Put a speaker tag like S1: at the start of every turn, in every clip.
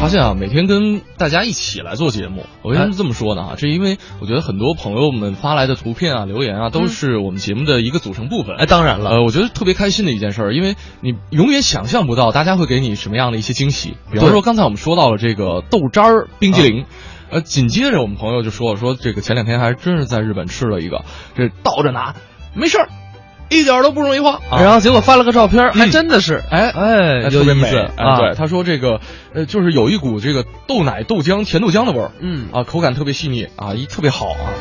S1: 发现啊，每天跟大家一起来做节目，我为
S2: 哎
S1: 什么这么说呢？啊，这因为我觉得很多朋友们发来的图片啊、留言啊，都是我们节目的一个组成部分。
S2: 哎，当然了，
S1: 呃，我觉得特别开心的一件事儿，因为你永远想象不到大家会给你什么样的一些惊喜。比方
S2: 对啊
S1: 说，刚才我们说到了这个豆渣儿冰激凌。呃，紧接着我们朋友就说了，说这个前两天还真是在日本吃了一个，这倒着拿，没事儿，一点儿都不容易化。啊、
S2: 然后结果发了个照片儿，还
S1: 嗯
S2: 真的是，
S1: 哎
S2: 哎，
S1: 哎，
S2: 有
S1: 特别
S2: 意
S1: 美
S2: 思
S1: 哎。
S2: 啊，
S1: 对，，他说这个呃，就是有一股这个豆奶、豆浆、甜豆浆的味儿，
S2: 嗯，
S1: 啊，口感特别细腻啊，一特别好啊。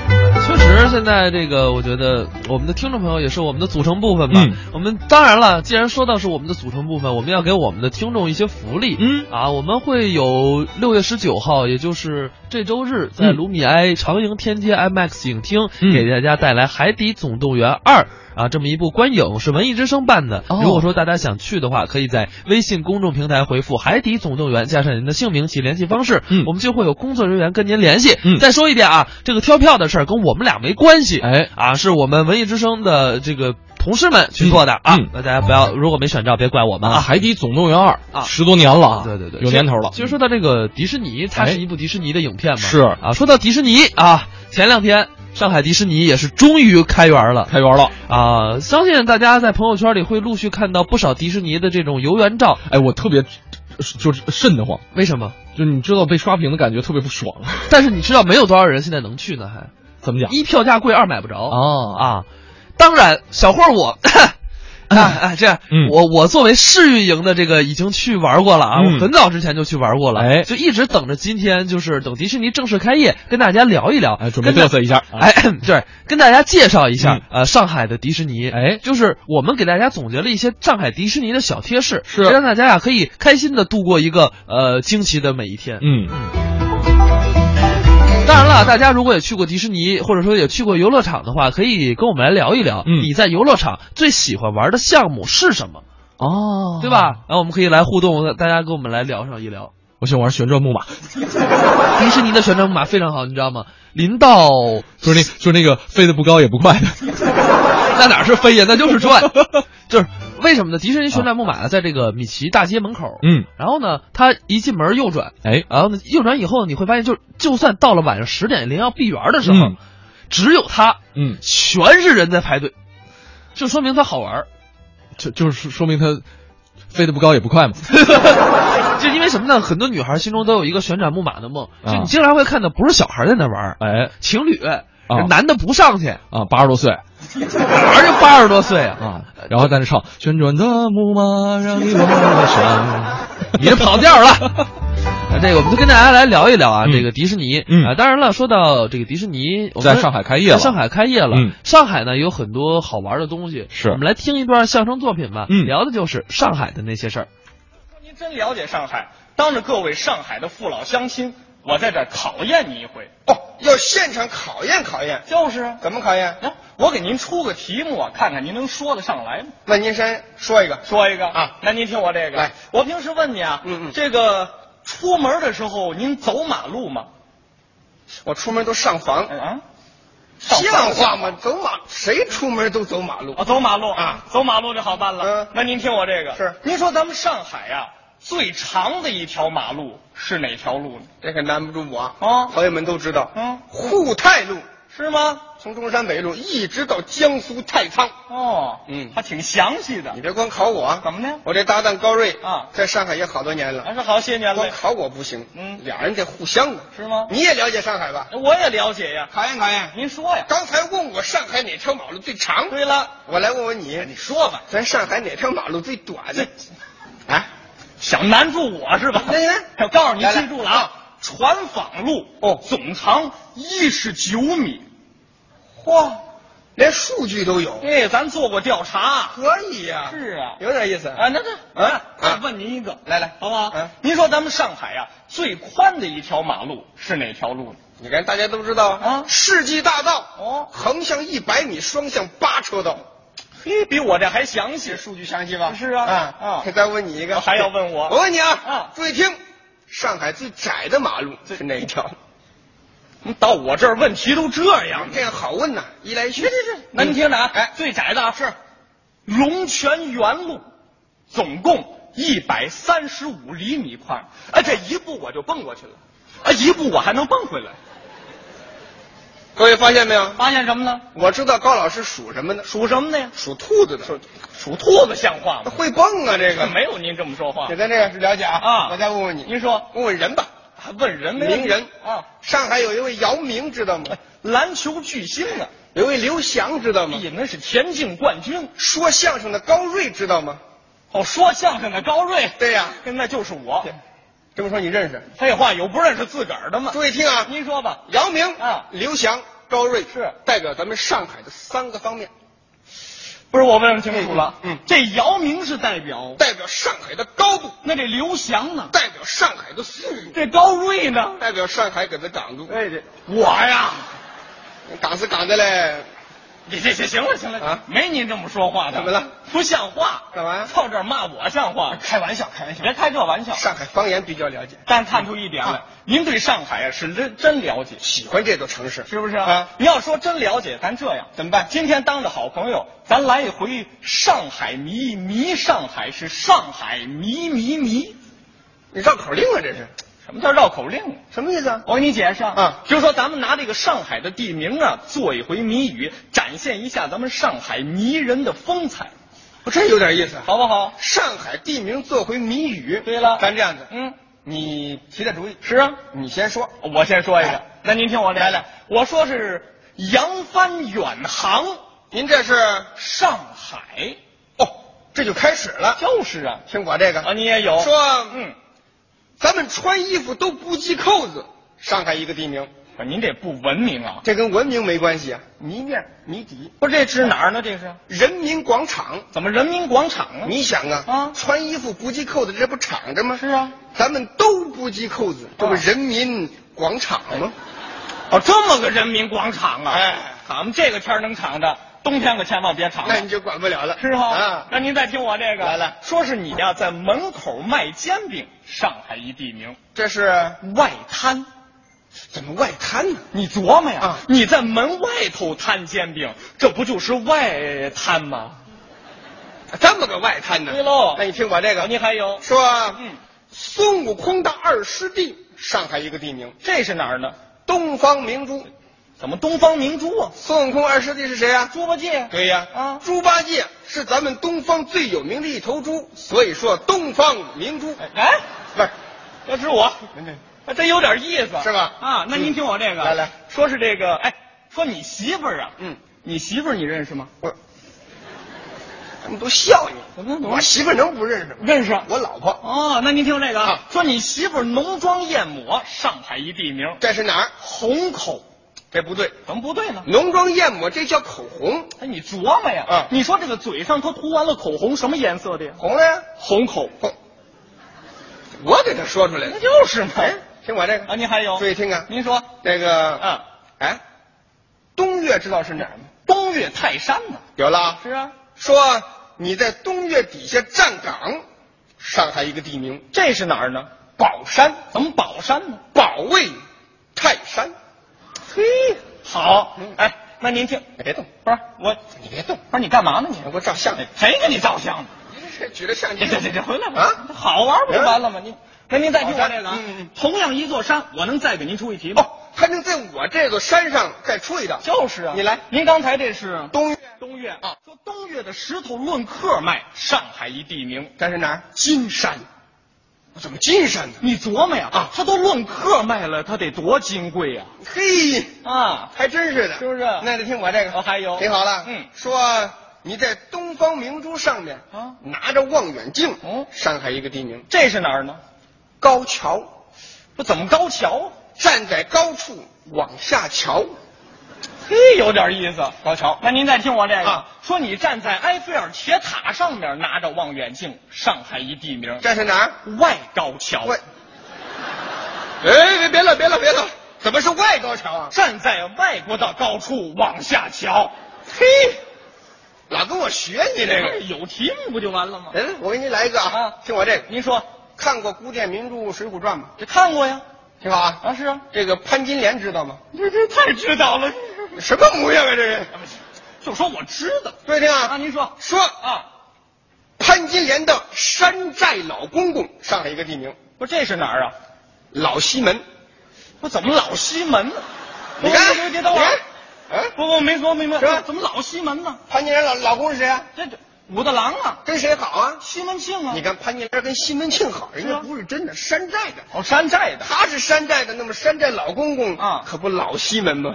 S2: 确实，现在这个我觉得我们的听众朋友也是我们的组成部分嘛。
S1: 嗯
S2: 我们当然了，既然说到是我们的组成部分，我们要给我们的听众一些福利。
S1: 嗯
S2: 啊，我们会有六月十九号，也就是这周日，在
S1: 嗯
S2: 卢米埃长楹天街 IMAX 影厅、
S1: 嗯
S2: 给大家带来《海底总动员二》啊，这么一部观影是文艺之声办的。
S1: 哦
S2: 如果说大家想去的话，可以在微信公众平台回复“海底总动员”加上您的姓名及联系方式，
S1: 嗯
S2: 我们就会有工作人员跟您联系。
S1: 嗯
S2: 再说一遍啊，这个挑票的事儿跟我们俩没关系，
S1: 哎，
S2: 啊，是我们文艺之声的这个同事们去做的、啊
S1: 嗯嗯。
S2: 那大家不要，如果没选着，别怪我们
S1: 啊，《
S2: 啊。
S1: 海底总动员二》
S2: 啊
S1: 十多年了啊，
S2: 对对对，
S1: 有年头了。哎
S2: 其实其实说到这个迪士尼，它是一部迪士尼的影片嘛。
S1: 是
S2: 啊，说到迪士尼啊，前两天上海迪士尼也是终于开园了。
S1: 开园了，
S2: 啊，相信大家在朋友圈里会陆续看到不少迪士尼的这种游园照。
S1: 哎，我特别就是瘆得慌，
S2: 为什么？
S1: 就你知道被刷屏的感觉特别不爽，
S2: 但是你知道没有多少人现在能去呢，还
S1: 怎么讲？
S2: 一票价贵，二买不着。
S1: 啊啊，
S2: 啊，当然，小霍儿我。 啊 啊，这样，
S1: 嗯
S2: 我我作为试运营的这个已经去玩过了啊，
S1: 嗯
S2: 我很早之前就去玩过了，
S1: 哎
S2: 就一直等着今天，就是等迪士尼正式开业，跟大家聊一聊，
S1: 哎，准备
S2: 跟大
S1: 嘚瑟一下，啊，
S2: 哎，对，跟大家介绍一下
S1: 嗯，
S2: 呃，上海的迪士尼，
S1: 哎
S2: 就是我们给大家总结了一些上海迪士尼的小贴士，
S1: 是
S2: 让大家呀可以开心的度过一个呃惊奇的每一天。
S1: 嗯，
S2: 当然了，大家如果也去过迪士尼，或者说也去过游乐场的话，可以跟我们来聊一聊，
S1: 嗯
S2: 你在游乐场最喜欢玩的项目是什么，
S1: 哦
S2: 对？吧？然后我们可以来互动，大家跟我们来聊上一聊。
S1: 我想玩旋转木马，
S2: 迪士尼的旋转木马非常好，你知道吗？临到
S1: 就是那就是那个飞得不高也不快的，
S2: 那哪是飞呀，那就是转，就是为什么呢？迪士尼旋转木马呢在这个米奇大街门口，
S1: 嗯，
S2: 然后呢，它一进门右转，
S1: 哎，
S2: 然后呢右转以后呢，你会发现就就算到了晚上十点零要闭园的时候，
S1: 嗯
S2: 只有它
S1: 嗯，
S2: 全是人在排队，就说明它好玩儿。
S1: 就就是说明它飞得不高也不快嘛，
S2: 就因为什么呢？很多女孩心中都有一个旋转木马的梦，
S1: 啊
S2: 就你经常会看到不是小孩在那玩儿，
S1: 哎
S2: 情侣，男的不上去，
S1: 啊，八十多岁。
S2: 哪儿就八十多岁啊？
S1: 啊，然后在那唱旋转的木马让你忘了伤，
S2: 你这跑 调了。哎这个我们就跟大家来聊一聊啊，
S1: 嗯
S2: 这个迪士尼，
S1: 嗯
S2: 啊，当然了，说到这个迪士尼，我们
S1: 在上海开业了
S2: 在上海开业了，
S1: 嗯
S2: 上海呢有很多好玩的东西，
S1: 是
S2: 我们来听一段相声作品吧，
S1: 嗯
S2: 聊的就是上海的那些事儿。
S3: 您真了解上海，当着各位上海的父老乡亲，我在这儿考验你一回。
S4: 哦，要现场考验考验，
S3: 就是啊，
S4: 怎么考验？
S3: 啊我给您出个题目啊，看看您能说得上来吗？
S4: 那您先说一个。
S3: 说一个
S4: 啊
S3: 那您听我这个。
S4: 来，
S3: 我平时问你啊，
S4: 嗯嗯
S3: 这个出门的时候您走马路吗？
S4: 我出门都上房，
S3: 嗯啊，
S4: 像话吗？走马谁出门都走马路
S3: 啊，？走马路
S4: 啊
S3: 走马路就好办了。
S4: 嗯
S3: 那您听我这个
S4: 是
S3: 您说咱们上海啊，最长的一条马路是哪条路呢？
S4: 这可难不住我啊！
S3: 啊
S4: 朋友们都知道，
S3: 嗯
S4: 沪泰路
S3: 是吗？
S4: 从中山北路一直到江苏太仓。
S3: 哦，
S4: 嗯
S3: 还挺详细的
S4: 你。别光考我啊，
S3: 怎么呢
S4: 我这搭档高瑞
S3: 啊
S4: 在上海也好多年了，
S3: 还是好些年了
S4: 光，考我不行，
S3: 嗯
S4: 俩人得互相啊的。
S3: 是吗？
S4: 你也了解上海吧？
S3: 我也了解呀，
S4: 考验考验。
S3: 您说呀。
S4: 刚才问我上海哪条马路最长，
S3: 对了，哎
S4: 我来问问你，你
S3: 说吧，
S4: 咱上海哪条马路最短呢？啊，
S3: 想难住我是吧？
S4: 来来
S3: 我告诉你，
S4: 来来
S3: 记住了啊，船坊路
S4: 哦
S3: 总长一十九米。嚯，
S4: 连数据都有，
S3: 哎，咱做过调查，
S4: 可以呀、
S3: 是啊
S4: 有点意思。
S3: 啊，那这
S4: 嗯
S3: 啊，再
S4: 啊
S3: 问您一个，
S4: 来来
S3: 好不好？
S4: 嗯
S3: 您说咱们上海呀、最宽的一条马路是哪条路呢？
S4: 你看大家都知道
S3: 啊
S4: 世纪大道
S3: 哦
S4: 横向一百米，双向八车道，
S3: 嘿，比我这还详细。
S4: 数据详细吧？
S3: 是啊啊
S4: 啊！再问你一个，
S3: 还要问我
S4: 我问你啊，
S3: 啊
S4: 注意听，上海最窄的马路
S3: 最
S4: 是哪一条？
S3: 你到我这儿问题都这样，
S4: 这样好问呐，一来一去。
S3: 去去去，那您听着啊，
S4: 哎
S3: 最窄的啊是龙泉园路，总共一百三十五厘米宽，哎，这一步我就蹦过去了，啊，一步我还能蹦回来。
S4: 各位发现没有？
S3: 发现什么呢？
S4: 我知道高老师属什么的，
S3: 属什么的呀？
S4: 属兔子的，
S3: 属兔子像话吗？
S4: 会蹦啊，这个。
S3: 没有您这么说话
S4: 简。单这个了解啊。
S3: 啊
S4: 我再问问你，
S3: 您说
S4: 问问人吧，
S3: 还问人没问题
S4: 名人
S3: 啊，
S4: 上海有一位姚明，知道吗？
S3: 篮球巨星啊，
S4: 有一位刘翔，知道吗？
S3: 你们是田径冠军
S4: 说相声的高瑞，知道吗？
S3: 哦，说相声的高瑞，哎
S4: 对呀
S3: 那就是我。
S4: 这么说你认识？
S3: 废话，有不认识自个儿的吗？
S4: 注意听啊，
S3: 您说吧，
S4: 姚明
S3: 啊
S4: 刘翔、高瑞
S3: 是
S4: 代表咱们上海的三个方面，
S3: 不是我问清楚了。
S4: 嗯嗯
S3: 这姚明是代表，
S4: 代表上海的高度，
S3: 那这刘翔呢？
S4: 代表上海的速度，
S3: 这高瑞呢？
S4: 代表上海给的港度。
S3: 哎，这我呀，
S4: 港是港的嘞，
S3: 你这这行了行了
S4: 啊
S3: 没您这么说话的。
S4: 怎么了？
S3: 不像话！
S4: 干嘛呀
S3: 凑这儿骂我像话？开玩笑，开玩笑，别开这玩笑。
S4: 上海方言比较了解，
S3: 但看出一点来，您对上海啊是真真了解，
S4: 喜欢这座城市，
S3: 是不是
S4: 啊
S3: 啊？你要说真了解，咱这样
S4: 怎么办
S3: 今天当着好朋友，咱来一回上海迷迷上海，是上海迷迷迷。
S4: 你绕口令啊，这是
S3: 什么叫绕口令啊？
S4: 什么意思啊？
S3: 我给你解释
S4: 啊
S3: 就是说咱们拿这个上海的地名啊，做一回谜语，展现一下咱们上海迷人的风采，
S4: 我这有点意思啊。
S3: 好不好？
S4: 上海地名做回谜语。
S3: 对了
S4: 咱这样子，
S3: 嗯，
S4: 你提点主意，
S3: 是啊，
S4: 你先说。哎
S3: 我先说一个，那您听我来
S4: 来来，
S3: 我说是扬帆远航
S4: 您这是
S3: 上海，
S4: 哦，这就开始了。
S3: 就是啊，
S4: 听我这个
S3: 啊，你也有
S4: 说
S3: 嗯，
S4: 咱们穿衣服都不系扣子，上海一个地名，
S3: 啊您这不文明啊！
S4: 这跟文明没关系啊。泥面、泥底，
S3: 不是这指哪儿呢？这是
S4: 人民广场。
S3: 怎么人民广场啊？
S4: 你想啊，
S3: 啊
S4: 穿衣服不系扣子，这不敞着吗？
S3: 是啊，
S4: 咱们都不系扣子，这不
S3: 啊
S4: 人民广场吗？
S3: 哦，这么个人民广场啊！
S4: 哎，
S3: 咱们这个天儿能敞的，冬天可千万别敞了
S4: 那。你就管不了了。
S3: 是哈、
S4: 啊，
S3: 那您再听我这个，
S4: 来来
S3: 说是你呀、在门口卖煎饼，上海一地名
S4: 这是
S3: 外滩。
S4: 怎么外滩呢？
S3: 你琢磨呀、
S4: 啊
S3: 你在门外头摊煎饼，这不就是外滩吗？
S4: 这么个外滩呢？
S3: 对喽哦
S4: 那你听我这个，
S3: 您还有
S4: 说，啊
S3: 嗯
S4: 孙悟空的二师弟，上海一个地名，
S3: 这是哪儿呢？
S4: 东方明珠。
S3: 怎么东方明珠啊？
S4: 孙悟空二师弟是谁呀、
S3: 猪八戒？
S4: 对呀，
S3: 啊
S4: 猪八戒是咱们东方最有名的一头猪，所以说东方明珠。
S3: 哎，
S4: 不是，
S3: 这是我，
S4: 您这
S3: 还啊真有点意思，
S4: 嗯是吧
S3: 啊，那您听我这个，
S4: 嗯来来，
S3: 说是这个，哎，说你媳妇儿啊，
S4: 嗯，
S3: 你媳妇儿你认识吗？
S4: 我，他们都笑你，
S3: 怎么怎么
S4: 我媳妇儿能不认识吗？
S3: 认识？
S4: 我老婆，
S3: 哦，那您听这个啊
S4: 啊，
S3: 说你媳妇儿浓妆艳抹，上海一地名，
S4: 这是哪儿？
S3: 虹口，
S4: 这不对，
S3: 怎么不对呢？
S4: 浓妆艳抹，这叫口红，
S3: 哎，你琢磨呀，
S4: 啊
S3: 你说这个嘴上头涂完了口红，什么颜色的呀？
S4: 红了呀，
S3: 虹口，
S4: 红。我给他说出来
S3: 那
S4: 了。
S3: 就是嘛。
S4: 哎，听我这个
S3: 啊，您还有？
S4: 注意听啊，
S3: 您说，
S4: 这个，
S3: 啊，
S4: 哎，东岳知道是哪儿吗？
S3: 东岳泰山呢？
S4: 有了啊，
S3: 是啊，
S4: 说你在东岳底下站岗，上海一个地名
S3: 这是哪儿呢？
S4: 宝山，
S3: 怎么宝山呢？
S4: 保卫泰山。
S3: 嘿，好
S4: 嗯，
S3: 哎，那您听，
S4: 别动，
S3: 不是我，
S4: 你别动，
S3: 不是你干嘛呢你？
S4: 我给我照相
S3: 哎。谁给你照相呢？
S4: 这举着相机
S3: 这，这这这回来吧
S4: 啊，
S3: 好玩不就完了吗？您，那您再听我这个啊
S4: 嗯嗯，
S3: 同样一座山，我能再给您出一题吗？
S4: 哦，还能在我这座山上再出一道。
S3: 就是啊，
S4: 你来，
S3: 您刚才这是
S4: 东岳，
S3: 东岳
S4: 啊，
S3: 说东岳的石头论克卖，上海一地名
S4: 这是哪儿？
S3: 金山。
S4: 怎么金山呢？
S3: 你琢磨呀，
S4: 啊
S3: 他都论克卖了，他得多金贵呀！
S4: 嘿，
S3: 啊，
S4: 还真是的，
S3: 是不是
S4: 那得听我这个。
S3: 哦还有
S4: 听好了，
S3: 嗯
S4: 说你在东方明珠上面
S3: 啊
S4: 拿着望远镜，
S3: 哦
S4: 上海一个地名
S3: 这是哪儿呢？
S4: 高桥，
S3: 不怎么高桥？
S4: 站在高处往下瞧，
S3: 嘿，有点意思。
S4: 高桥
S3: 那您再听我这个，
S4: 啊
S3: 说你站在埃菲尔铁塔上面拿着望远镜，上海一地名
S4: 这是哪儿？
S3: 外高桥。
S4: 外，哎，别别了，别了，别了，怎么是外高桥啊？
S3: 站在外国的高处往下瞧，
S4: 嘿，老跟我学你这个。
S3: 有题目不就完了吗？
S4: 嗯，我给你来一个啊
S3: 啊，
S4: 听我这个，
S3: 您说
S4: 看过古典名著《水浒传》吗？
S3: 这看过呀？
S4: 听好啊，
S3: 啊，是啊，
S4: 这个潘金莲知道吗？
S3: 这这太知道了，
S4: 什么模样啊？这个，
S3: 就说我知道
S4: 注意听啊
S3: 啊。您说
S4: 说
S3: 啊，
S4: 潘潘金莲的山寨老公公，上海一个地名，
S3: 不，这是哪儿啊？
S4: 老西门。
S3: 不，怎么老西门？
S4: 你
S3: 不不
S4: 看，
S3: 不
S4: 你
S3: 别等会
S4: 看
S3: 儿，，
S4: 嗯，
S3: 啊不不，没说明白，
S4: 是吧
S3: 怎么老西门呢？
S4: 潘金莲老老公是谁啊？
S3: 这这武大郎啊，
S4: 跟谁好啊？
S3: 西门庆啊，
S4: 你看潘金莲跟西门庆好，人家不是真的山寨的，
S3: 哦，山寨的，
S4: 他是山寨的，那么山寨老公公
S3: 啊
S4: 可不老西门吗？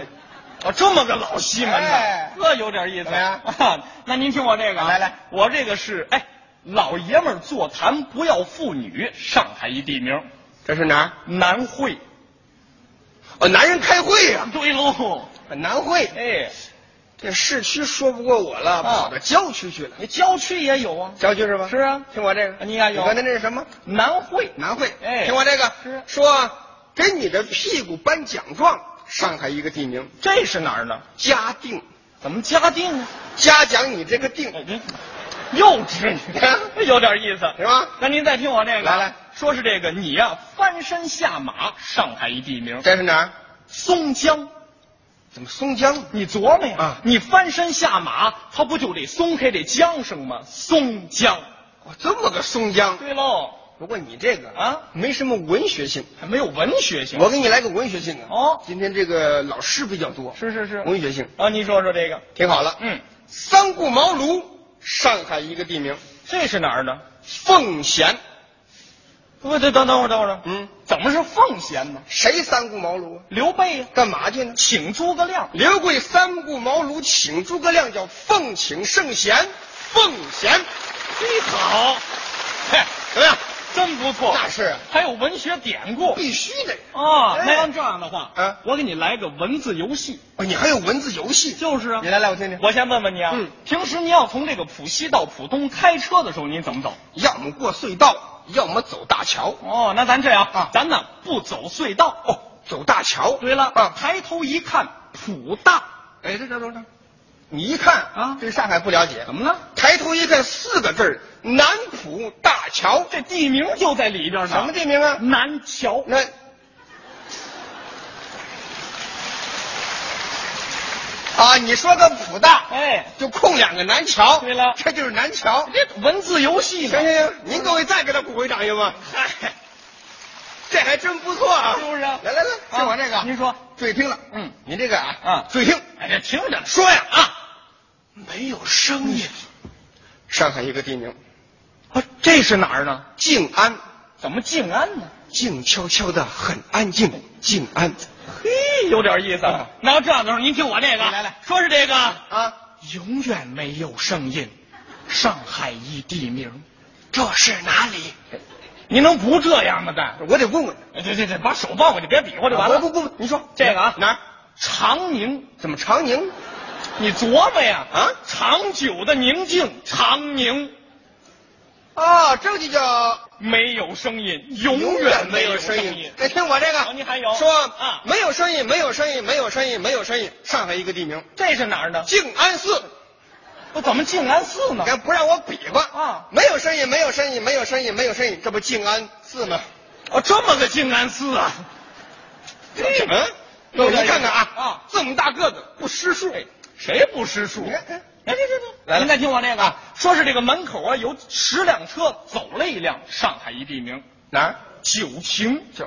S3: 哦，这么个老西门呢
S4: 哎，
S3: 这有点意思
S4: 怎么样。
S3: 那您听我这个啊，
S4: 来来，
S3: 我这个是哎，老爷们儿座谈不要妇女，上海一地名，
S4: 这是哪儿？
S3: 南汇。
S4: 哦，男人开会呀、
S3: 对喽，
S4: 很难会。
S3: 哎，
S4: 这市区说不过我了，
S3: 啊
S4: 跑到郊区去了。
S3: 你郊区也有啊，
S4: 郊区是吧？
S3: 是啊
S4: 听我这个，
S3: 你看有
S4: 你刚才那是什么？
S3: 南汇。
S4: 南汇。
S3: 哎
S4: 听我这个，
S3: 是
S4: 说啊给你的屁股颁奖状，上海一个地名
S3: 这是哪儿呢？
S4: 嘉定，
S3: 怎么嘉定啊？
S4: 嘉奖你这个定，啊
S3: 哎您幼稚， 你看哎有点意思。
S4: 是吧？
S3: 那您再听我这个，
S4: 来来，
S3: 说是这个你呀、翻身下马，上海一地名
S4: 这是哪儿？
S3: 松江。
S4: 怎么松江？
S3: 你琢磨呀，
S4: 啊
S3: 你翻身下马，他不就得松开这缰绳吗？松江。
S4: 哦，这么个松江。
S3: 对喽，
S4: 不过你这个
S3: 啊，
S4: 没什么文学性。
S3: 还没有文学性。
S4: 我给你来个文学性的。
S3: 哦
S4: 今天这个老师比较多，
S3: 是是是
S4: 文学性
S3: 啊，您说说这个，
S4: 挺好了。
S3: 嗯，
S4: 三顾茅庐，上海一个地名
S3: 这是哪儿呢？
S4: 奉贤。
S3: 不，等等等会儿，等会儿，
S4: 嗯，
S3: 怎么是奉贤呢？
S4: 谁三顾茅庐啊？
S3: 刘备呀、
S4: 干嘛去呢？
S3: 请诸葛亮。
S4: 刘贵三顾茅庐，请诸葛亮，叫奉请圣贤，奉贤
S3: 你好，嘿，
S4: 怎么样？
S3: 真不错，
S4: 那是啊
S3: 还有文学典故
S4: 必须的。
S3: 哦，
S4: 哎
S3: 那要这样的话，
S4: 嗯
S3: 我给你来个文字游戏，
S4: 哦，你还有文字游戏？
S3: 就是啊
S4: 你。来来，我听听。
S3: 我先问问你啊，
S4: 嗯
S3: 平时您要从这个浦西到浦东开车的时候，您怎么走？
S4: 要么过隧道，要么走大桥。
S3: 哦，那咱这样，
S4: 啊
S3: 咱呢不走隧道。
S4: 哦，走大桥。
S3: 对了，
S4: 啊，
S3: 抬头一看，浦大，
S4: 哎，这这这这，你一看
S3: 啊
S4: 对上海不了解，
S3: 怎么了？
S4: 抬头一看四个字儿南浦大桥，
S3: 这地名就在里边呢。
S4: 什么地名啊？
S3: 南桥。
S4: 那啊，你说个浦大，
S3: 哎，
S4: 就空两个南桥。
S3: 对了
S4: 这就是南桥。
S3: 这文字游戏
S4: 行
S3: 呢
S4: 行？行，您各位再给他鼓回掌行吗？
S3: 嗨，
S4: 这还真不错啊，
S3: 是不是
S4: 来来来，听我这个，
S3: 啊您说
S4: 注意听了，
S3: 嗯，
S4: 您这个啊，
S3: 啊
S4: 注意听，
S3: 哎，这听着呢
S4: 说呀啊，
S3: 没有声音。
S4: 上海一个地名，
S3: 啊，这是哪儿呢？
S4: 静安，
S3: 怎么静安呢？
S4: 静悄悄的，很安静，静安。
S3: 嘿，有点意思啊。那要这样的时候，您听我这个，
S4: 来来，
S3: 说是这个
S4: 啊，
S3: 永远没有声音，上海一地名，
S4: 这是哪里？
S3: 您能不这样吗？咱
S4: 我得问问。
S3: 这这这，把手抱过去，别比划就完了。
S4: 不不不，你说
S3: 这个啊
S4: 哪儿？
S3: 长宁，
S4: 怎么长宁？
S3: 你琢磨呀
S4: 啊
S3: 长久的宁静，长宁
S4: 啊，这就叫
S3: 没有声音，永远没有声音。
S4: 哎，听我这
S3: 哦
S4: 个，
S3: 您还有
S4: 说
S3: 啊
S4: 没有声音，没有声音，没有声音，没有声音。上海一个地名，
S3: 这是哪儿呢？
S4: 静安寺。
S3: 我怎么静安寺呢
S4: 你？看不让我比划
S3: 啊
S4: 没有声音，没有声音，没有声音，没有声音，这不静安寺吗？
S3: 哦，这么个静安寺啊？嗯
S4: 什么？
S3: 有
S4: 我
S3: 点
S4: 们看看啊
S3: 啊
S4: 这么大个子不识数，
S3: 谁不识数？
S4: 你
S3: 哎
S4: 看，
S3: 哎
S4: 哎
S3: 哎，来，您再听我这个，说是这个门口啊有十辆车走了一辆，上海一地名
S4: 哪儿？
S3: 九停。
S4: 九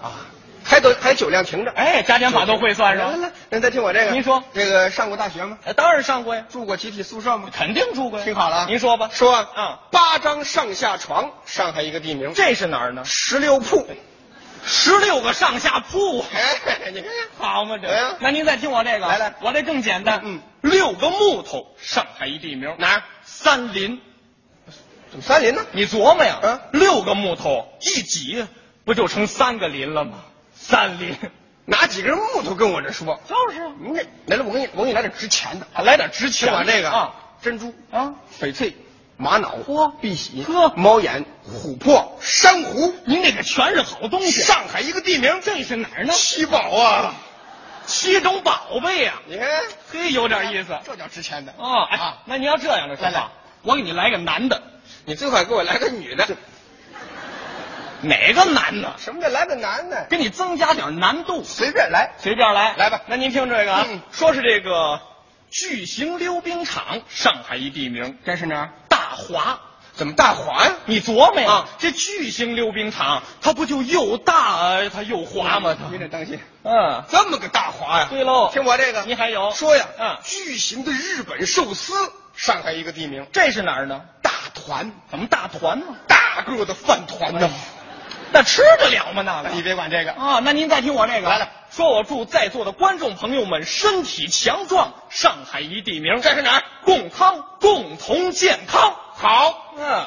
S4: 啊，还都还九辆停着。
S3: 哎，加减法都会算是
S4: 来来
S3: 吧？
S4: 来， 那再听我这个。
S3: 您说
S4: 这个上过大学吗？
S3: 呃当然上过呀，
S4: 住过集体宿舍吗？
S3: 肯定住过呀。
S4: 听好了啊，
S3: 您说吧。
S4: 说啊，
S3: 嗯
S4: 八张上下床，上海一个地名，
S3: 这是哪儿呢？
S4: 十六铺。
S3: 十六个上下铺啊。
S4: 哎，你看看，
S3: 好嘛，这
S4: 哎呀
S3: 那您再听我这个，啊
S4: 来来
S3: 我这更简单，
S4: 嗯，
S3: 六个木头，上海一地名
S4: 哪儿？
S3: 三林，
S4: 怎么三林呢？
S3: 你琢磨呀，
S4: 嗯
S3: 六个木头一挤，不就成三个林了吗？三林，
S4: 拿几根木头跟我这说？
S3: 就是
S4: 你这来了，我给你，我给你来点值钱的。
S3: 还来点值
S4: 听
S3: 钱的
S4: 我这个
S3: 啊，
S4: 珍珠、
S3: 啊！
S4: 翡翠、玛瑙、
S3: 嚯
S4: 碧玺
S3: 呵、
S4: 猫眼、琥珀、珊瑚，
S3: 您这个全是好东西，啊
S4: 上海一个地名，
S3: 这是哪儿呢？
S4: 七宝啊！
S3: 七种宝贝呀、
S4: 你看，
S3: 嘿，有点意思
S4: 这叫值钱的
S3: 哦。哎，
S4: 啊！
S3: 那你要这样的说
S4: 来来
S3: 法，我给你来个男的，
S4: 你最好给我来个女的。
S3: 哪个男呢？
S4: 什么叫来个男的？
S3: 给你增加点难度，
S4: 随便来。
S3: 随便来，
S4: 来吧
S3: 那您听这个啊，
S4: 嗯
S3: 说是这个巨型溜冰场，上海一地名，
S4: 这是哪儿？
S3: 大华。
S4: 怎么大华呀？
S3: 你琢磨呀，
S4: 啊
S3: 这巨型溜冰场，它不就又大它又滑吗？它
S4: 您得当心，
S3: 嗯，
S4: 这么个大华呀？
S3: 对喽
S4: 听我这个，
S3: 你还有
S4: 说呀，
S3: 嗯
S4: 巨型的日本寿司，上海一个地名，
S3: 这是哪儿呢？
S4: 大团，
S3: 怎么大团呢？哎
S4: 大个的饭团呐、
S3: 那吃得了吗？那个
S4: 你别管这个，
S3: 啊，那您再听我这个
S4: 来来，
S3: 说我祝在座的观众朋友们身体强壮，上海一地名，
S4: 这是哪儿？
S3: 共康，共同健康。
S4: 好，
S3: 嗯，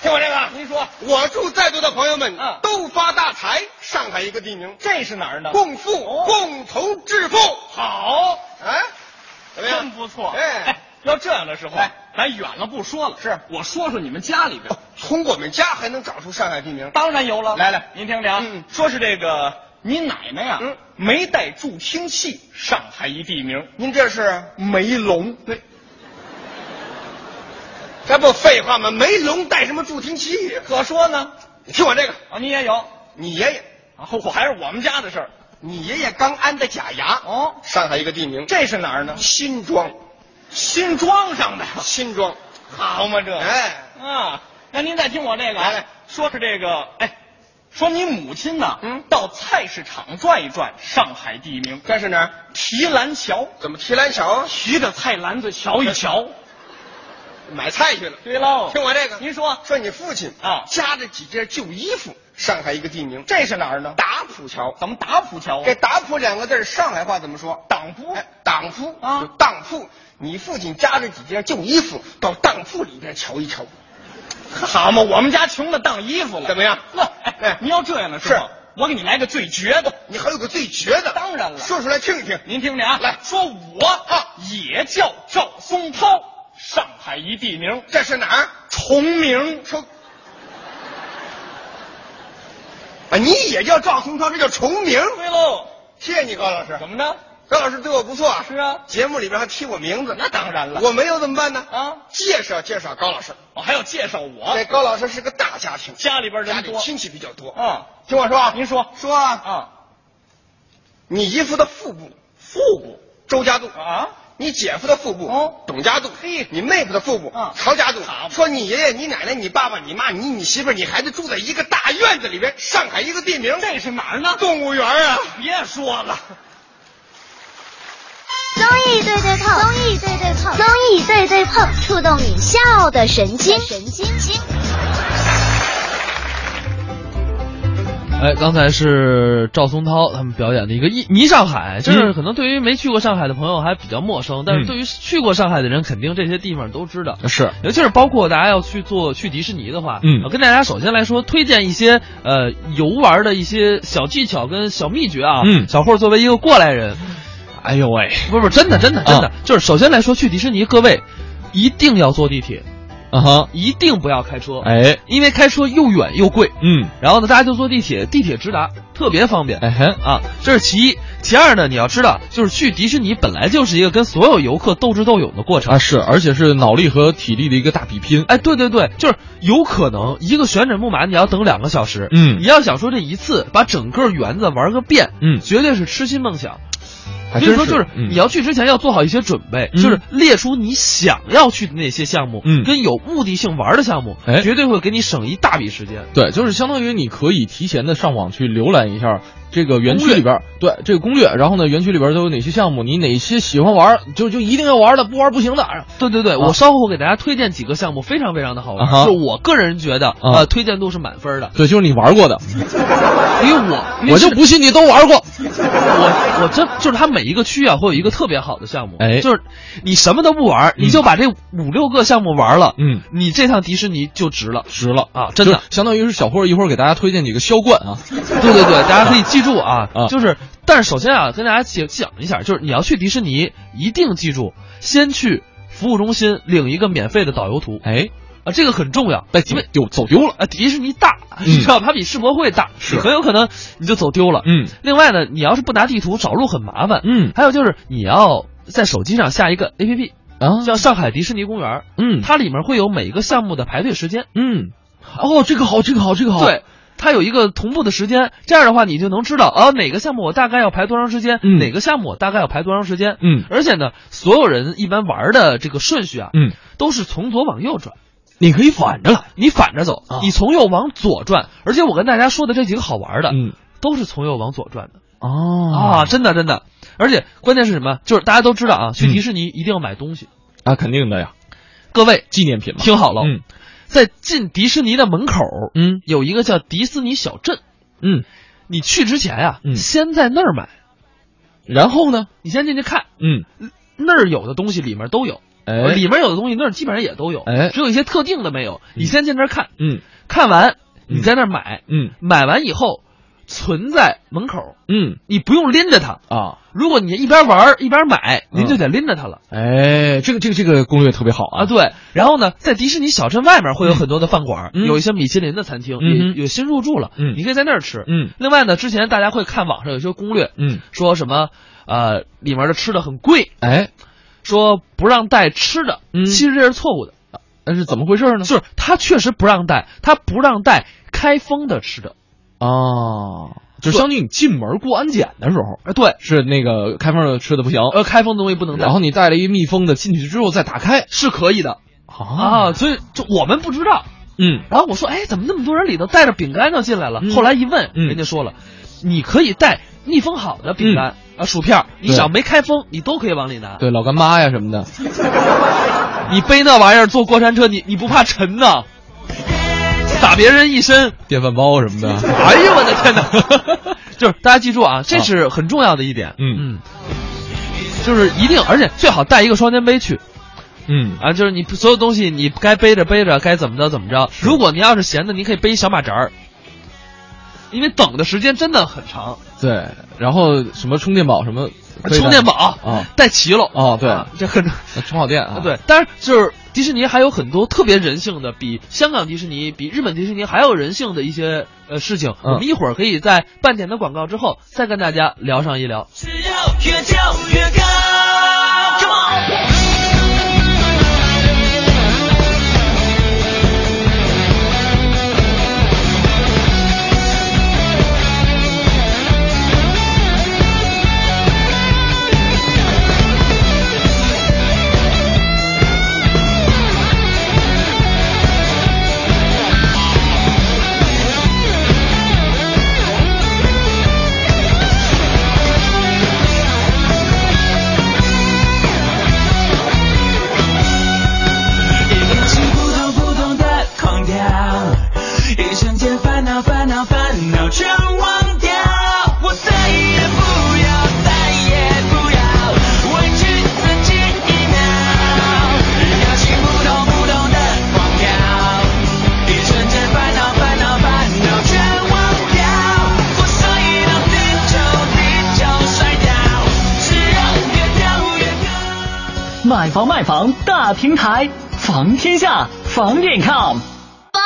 S4: 听我这个，
S3: 您说
S4: 我祝在座的朋友们
S3: 嗯
S4: 都发大财。上海一个地名，
S3: 这是哪儿呢？
S4: 共富，
S3: 哦
S4: 共同致富。
S3: 好，
S4: 哎，怎么样？
S3: 真不错。
S4: 哎，，
S3: 要这样的时候
S4: 来，
S3: 咱远了不说了，
S4: 是
S3: 我说说你们家里边。
S4: 从我们家还能找出上海地名？
S3: 当然有了，
S4: 来来
S3: 您听着啊，
S4: 嗯
S3: 说是这个你奶奶呀、
S4: 嗯
S3: 没带助听器，上海一地名
S4: 您这是
S3: 梅龙。
S4: 对，这不废话吗？没龙带什么助听器呀？
S3: 可说呢，
S4: 你听我这个，
S3: 啊，你也有
S4: 你爷爷，
S3: 啊，我还是我们家的事儿。
S4: 你爷爷刚安的假牙
S3: 哦
S4: 上海一个地名，
S3: 这是哪儿呢？
S4: 新庄，
S3: 新装上的，
S4: 新庄，
S3: 好嘛这？
S4: 哎，
S3: 啊，那您再听我这个啊，
S4: 来来
S3: 说是这个，哎，说你母亲呢，
S4: 嗯
S3: 到菜市场转一转，上海地名
S4: 这是哪儿？
S3: 提篮桥，
S4: 怎么提篮桥啊？
S3: 提着菜篮子瞧一瞧。
S4: 买菜去了。
S3: 对喽
S4: 听我这个，
S3: 您说
S4: 说你父亲
S3: 啊
S4: 夹着几件旧衣服，上海一个地名，
S3: 这是哪儿呢？
S4: 打浦桥。
S3: 怎么打浦桥啊？
S4: 这打浦两个字儿上海话怎么说？
S3: 党夫
S4: 哎，当铺
S3: 啊
S4: 就当铺。你父亲夹着几件旧衣服到当铺里边瞧一瞧，
S3: 好嘛，我们家穷的当衣服了，
S4: 怎么样
S3: 那哎
S4: 哎
S3: 你要这样的师傅
S4: 是，
S3: 我给你来个最绝的，
S4: 你还有个最绝的，
S3: 当然了
S4: 说出来听一听。
S3: 您听着啊，
S4: 来
S3: 说我啊也叫赵松涛，上海一地名，
S4: 这是哪儿？
S3: 重名。
S4: 说啊，你也叫赵松涛，这叫重名。
S3: 对喽，
S4: 谢谢你，高老师。
S3: 怎么着？
S4: 高老师对我不错啊。
S3: 是啊
S4: 节目里边还提我名字，
S3: 那当然了
S4: 我没有怎么办呢？
S3: 啊，
S4: 介绍介绍高老师。
S3: 我还要介绍我
S4: 这，高老师是个大家庭，
S3: 家里边
S4: 家
S3: 人
S4: 里
S3: 多
S4: 亲戚比较多。
S3: 啊。
S4: 听我说啊，
S3: 您说
S4: 说啊，
S3: 啊，
S4: 你姨夫的腹部
S3: 腹部
S4: 周家渡，
S3: 啊，
S4: 你姐夫的腹部
S3: 哦
S4: 董家渡，
S3: 嘿
S4: 你妹夫的腹部
S3: 啊
S4: 曹家渡
S3: 好。
S4: 说你爷爷、你奶奶、你爸爸、你妈、你、你媳妇儿、你孩子住在一个大院子里边，上海一个地名，
S3: 这是哪儿呢？
S4: 动物园啊。
S3: 别说了，
S5: 综艺对对碰，综艺对对碰，综艺对对碰，触动你笑的神经，神经经。
S2: 哎，刚才是赵松涛他们表演的一个《一迷上海》，
S1: 嗯
S2: 就是可能对于没去过上海的朋友还比较陌生，但是对于去过上海的人，肯定这些地方都知道。
S1: 啊是
S2: 尤其是包括大家要去做去迪士尼的话，呃
S1: 嗯
S2: 我跟大家首先来说推荐一些呃游玩的一些小技巧跟小秘诀啊。
S1: 嗯
S2: 小霍作为一个过来人，
S1: 哎呦喂
S2: 不是不是 真的真的真的、
S1: 啊
S2: 就是首先来说去迪士尼，各位一定要坐地铁，
S1: 啊哈，
S2: 一定不要开车，
S1: 哎，
S2: 因为开车又远又贵。
S1: 嗯，
S2: 然后呢，大家就坐地铁，地铁直达，特别方便。
S1: 哎嘿，
S2: 啊，这是其一。其二呢，你要知道，就是去迪士尼本来就是一个跟所有游客斗智斗勇的过程
S1: 啊。是，而且是脑力和体力的一个大比拼。
S2: 哎，对对对，就是有可能一个旋转木马你要等两个小时，
S1: 嗯
S2: 你要想说这一次把整个园子玩个遍，
S1: 嗯
S2: 绝对是痴心梦想。
S1: 还
S2: 所
S1: 真
S2: 以说，就是
S1: 嗯
S2: 你要去之前要做好一些准备，
S1: 嗯
S2: 就是列出你想要去的那些项目，
S1: 嗯
S2: 跟有目的性玩的项目，
S1: 哎
S2: 绝对会给你省一大笔时间。
S1: 对，就是相当于你可以提前的上网去浏览一下这个园区里边儿对这个攻略，然后呢，园区里边儿都有哪些项目，你哪些喜欢玩儿，就就一定要玩儿的，不玩儿不行的。
S2: 对对对，我稍后会给大家推荐几个项目，非常非常的好玩。
S1: 啊哈
S2: 就我个人觉得，
S1: 啊
S2: 呃，推荐度是满分的，
S1: 对，就是你玩过的，
S2: 因为我因为
S1: 我就是不信你都玩过。
S2: 我我真就是它每一个区啊，会有一个特别好的项目，
S1: 哎
S2: 就是你什么都不玩，你就把这五六个项目玩了，
S1: 嗯，
S2: 你这趟迪士尼就值了。
S1: 值了
S2: 啊真的
S1: 就是相当于是小霍儿一会儿给大家推荐几个销冠啊，
S2: 对对对，大家可以记住啊，
S1: 啊
S2: 就是，但是首先啊，跟大家讲讲一下，就是你要去迪士尼，一定记住先去服务中心领一个免费的导游图，
S1: 哎，
S2: 啊，这个很重要，
S1: 被
S2: 因为
S1: 丢走丢了，
S2: 啊，迪士尼大，
S1: 嗯
S2: 你知道它比世博会大，
S1: 是
S2: 你很有可能你就走丢了。
S1: 嗯
S2: 另外呢，你要是不拿地图找路很麻烦。
S1: 嗯
S2: 还有就是你要在手机上下一个 A P P，
S1: 啊，
S2: 叫上海迪士尼公园，
S1: 嗯
S2: 它里面会有每一个项目的排队时间。
S1: 嗯，哦，这个好，这个好，这个好，
S2: 对。它有一个同步的时间，这样的话你就能知道，啊，哪个项目我大概要排多长时间，
S1: 嗯
S2: 哪个项目我大概要排多长时间。
S1: 嗯
S2: 而且呢，所有人一般玩的这个顺序啊，
S1: 嗯，
S2: 都是从左往右转。你可以反着来，你反着走，
S1: 啊
S2: 你从右往左转。而且我跟大家说的这几个好玩的，
S1: 嗯
S2: 都是从右往左转的啊，
S1: 哦
S2: 真的真的。而且关键是什么？就是大家都知道啊，去迪士尼一定要买东西。
S1: 嗯啊，肯定的呀，
S2: 各位
S1: 纪念品嘛。
S2: 听好了，
S1: 嗯
S2: 在进迪士尼的门口，
S1: 嗯
S2: 有一个叫迪士尼小镇，
S1: 嗯，
S2: 你去之前呀、
S1: 嗯
S2: 先在那儿买，
S1: 然后呢？
S2: 你先进去看，
S1: 嗯，
S2: 那儿有的东西里面都有，
S1: 哎
S2: 里面有的东西那儿基本上也都有，
S1: 哎
S2: 只有一些特定的没有。你先进那儿看，
S1: 嗯
S2: 看完
S1: 嗯
S2: 你在那儿买，
S1: 嗯
S2: 买完以后存在门口，
S1: 嗯
S2: 你不用拎着它。
S1: 啊，嗯
S2: 如果你一边玩儿一边买，您就得拎着它了、
S1: 哎，这个这个这个攻略特别好
S2: 啊。
S1: 啊。
S2: 对，然后呢，在迪士尼小镇外面会有很多的饭馆，
S1: 嗯
S2: 有一些米其林的餐厅，
S1: 嗯哼
S2: 也有新入驻了，
S1: 嗯
S2: 你可以在那儿吃。
S1: 嗯
S2: 另外呢，之前大家会看网上有一些攻略，
S1: 嗯，
S2: 说什么呃里面的吃的很贵，
S1: 哎，
S2: 说不让带吃的，
S1: 嗯
S2: 其实这是错误的。
S1: 那是怎么回事呢？
S2: 就是他确实不让带，他不让带开封的吃的。
S1: 哦，就相当于你进门过安检的时候，
S2: 啊，对，
S1: 是那个开封的吃的不行，
S2: 呃，开封的东西不能带，
S1: 然后你带了一密封的进去之后再打开
S2: 是可以的
S1: 啊
S2: 啊。，所以就我们不知道。
S1: 嗯
S2: 然后我说，哎，怎么那么多人里头带着饼干就进来了？
S1: 嗯
S2: 后来一问，
S1: 嗯
S2: 人家说了，你可以带密封好的饼干、啊，薯片儿，你
S1: 嗯对
S2: 只要没开封，你都可以往里拿。
S1: 对，老干妈呀什么的，
S2: 你背那玩意儿坐过山车，你你不怕沉呐？打别人一身，
S1: 电饭煲什么的，
S2: 哎呦我的 天哪！就是大家记住啊，这是很重要的一点。
S1: 嗯
S2: 嗯，就是一定，而且最好带一个双肩背去
S1: 嗯
S2: 啊，就是你所有东西你该背着背着，该怎么着怎么着。如果你要是闲的，你可以背一小马扎儿，因为等的时间真的很长。
S1: 对，然后什么充电宝什么，可以
S2: 啊充
S1: 带
S2: 电宝
S1: 啊
S2: 带齐了
S1: 哦对
S2: 啊这很
S1: 充好电啊，
S2: 对，当然就是迪士尼还有很多特别人性的，比香港迪士尼、比日本迪士尼还有人性的一些呃事情。
S1: 嗯
S2: 我们一会儿可以在半点的广告之后再跟大家聊上一聊。
S6: 越跳越高。Come on！一起扑通扑通的狂跳，一瞬间烦恼烦恼烦恼全忘掉，我再也不要再也不要委屈自己一秒，要起扑通扑通的狂跳，一瞬间烦恼烦恼烦恼全忘掉，我所以让地球地球摔掉，只要越跳越高。
S7: 买房卖房大平台，房天下，房点 com。
S5: 房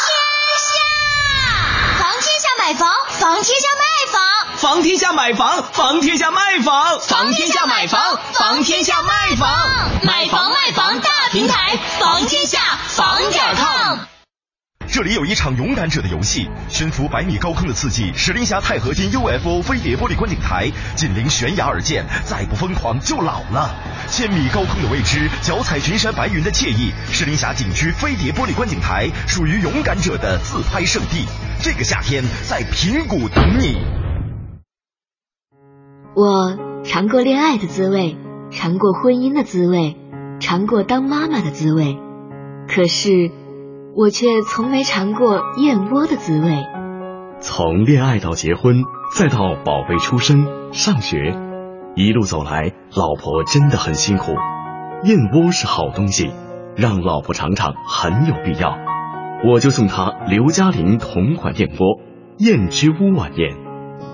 S5: 天下，房天下买房，房天下卖房，
S6: 房天下买房，房天下卖房，房天下买房，房天下卖房，
S5: 买房卖房大平台，房天下，房点 com。
S8: 这里有一场勇敢者的游戏，悬浮百米高空的刺激，石林峡钛合金 UFO 飞碟玻璃观景台，紧邻悬崖而建，再不疯狂就老了。千米高空的未知，脚踩群山白云的惬意，石林峡景区飞碟玻璃观景台属于勇敢者的自拍圣地。这个夏天在平谷等你。
S9: 我尝过恋爱的滋味，尝过婚姻的滋味，尝过当妈妈的滋味，可是我却从没尝过燕窝的滋味。
S10: 从恋爱到结婚，再到宝贝出生、上学，一路走来，老婆真的很辛苦。燕窝是好东西，让老婆尝尝很有必要。我就送她刘嘉玲同款燕窝——燕之屋晚宴。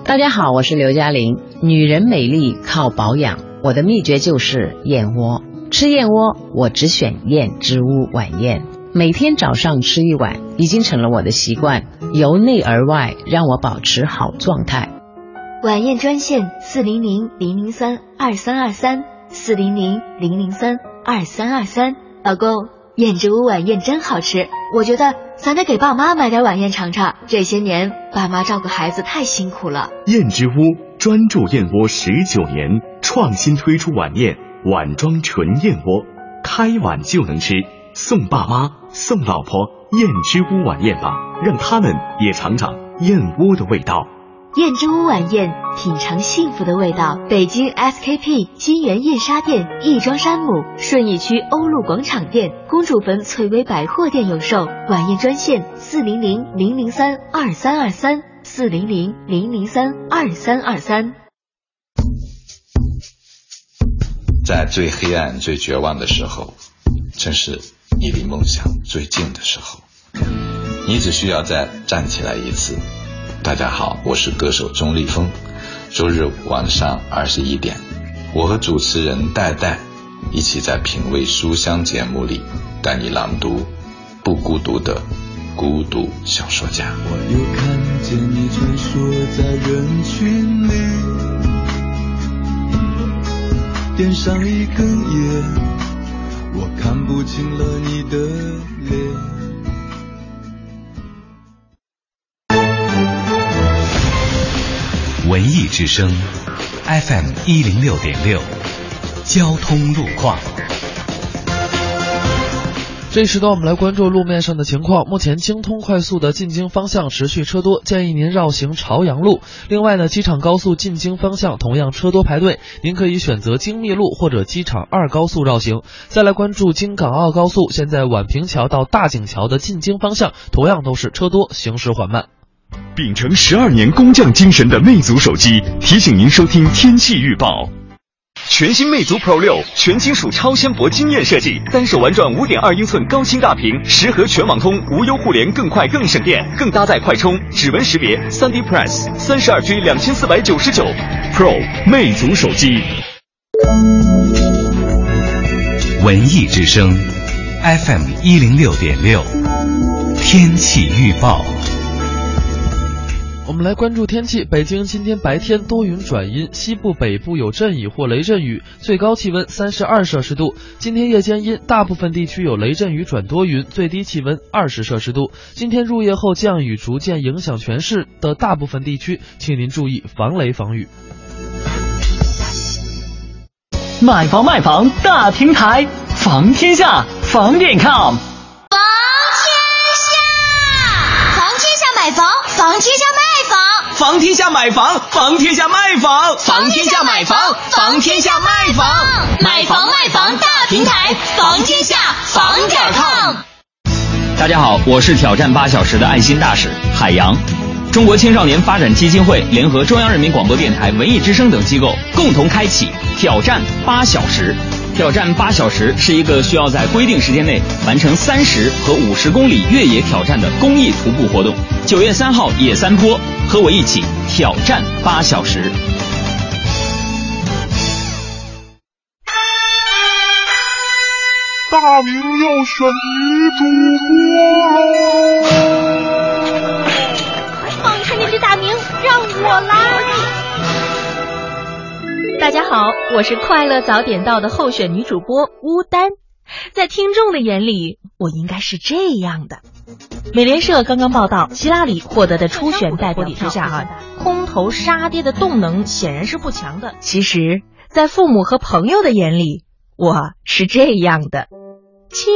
S11: 大家好，我是刘嘉玲。女人美丽靠保养，我的秘诀就是燕窝。吃燕窝，我只选燕之屋晚宴，每天早上吃一碗，已经成了我的习惯，由内而外让我保持好状态。
S9: 晚宴专线四零零零零三二三二三四零零零零三二三二三。老公，燕之屋晚宴真好吃，我觉得咱得给爸妈买点晚宴尝尝。这些年爸妈照顾孩子太辛苦了。
S10: 燕之屋专注燕窝十九年，创新推出晚宴碗装纯燕窝，开碗就能吃，送爸妈、送老婆燕之屋晚宴吧，让他们也尝尝燕窝的味道。
S9: 燕之屋晚宴，品尝幸福的味道。北京 SKP 金源燕莎店、亦庄山姆、顺义区欧陆广场店、公主坟翠微百货店有售。晚宴专线：四零零零零三二三二三，四零零零零三二三二三。
S12: 在最黑暗、最绝望的时候，正是你离梦想最近的时候。你只需要再站起来一次。大家好，我是歌手钟立风。周日晚上二十一点，我和主持人戴戴一起在《品味书香》节目里带你朗读不孤独的孤独小说家。
S6: 我又看见你穿梭在人群里，点上一根烟，我看不清了你的脸。
S13: 文艺之声，FM 一零六点六，交通路况。
S2: 这一时段我们来关注路面上的情况。目前京通快速的进京方向持续车多，建议您绕行朝阳路。另外呢，机场高速进京方向同样车多排队，您可以选择京密路或者机场二高速绕行。再来关注京港澳高速，现在宛平桥到大井桥的进京方向同样都是车多，行驶缓慢。
S8: 秉承十二年工匠精神的魅族手机提醒您收听天气预报。全新魅族 Pro 六，全金属超纤薄惊艳设计，单手玩转五点二英寸高清大屏，十核全网通，无忧互联，更快更省电，更搭载快充、指纹识别、三 D Press，三十二 G 两千四百九十九，Pro 魅族手机。
S13: 文艺之声，FM 一零六点六，天气预报。
S2: 我们来关注天气。北京今天白天多云转阴，西部北部有阵雨或雷阵雨，最高气温三十二摄氏度。今天夜间阴，大部分地区有雷阵雨转多云，最低气温二十摄氏度。今天入夜后降雨逐渐影响全市的大部分地区，请您注意防雷防雨。
S7: 买房卖房大平台，房天下，房点 com。
S5: 房天下买房，房天下卖房，
S6: 房天下买房，房天下卖房，房天下买房，房天下卖房，
S5: 买房卖房大平台，房天下房点 com。
S14: 大家好，我是挑战八小时的爱心大使海洋。中国青少年发展基金会联合中央人民广播电台、文艺之声等机构，共同开启“挑战八小时”。挑战八小时是一个需要在规定时间内完成三十和五十公里越野挑战的公益徒步活动。九月三号，野三坡，和我一起挑战八小时。
S15: 大明要选女主播喽。
S16: 放开那只大明，让我来！
S17: 大家好，我是快乐早点到的候选女主播乌丹。在听众的眼里，我应该是这样的。美联社刚刚报道，希拉里获得的初选代表之下啊，空头杀跌的动能显然是不强的。其实，在父母和朋友的眼里，我是这样的。
S5: 青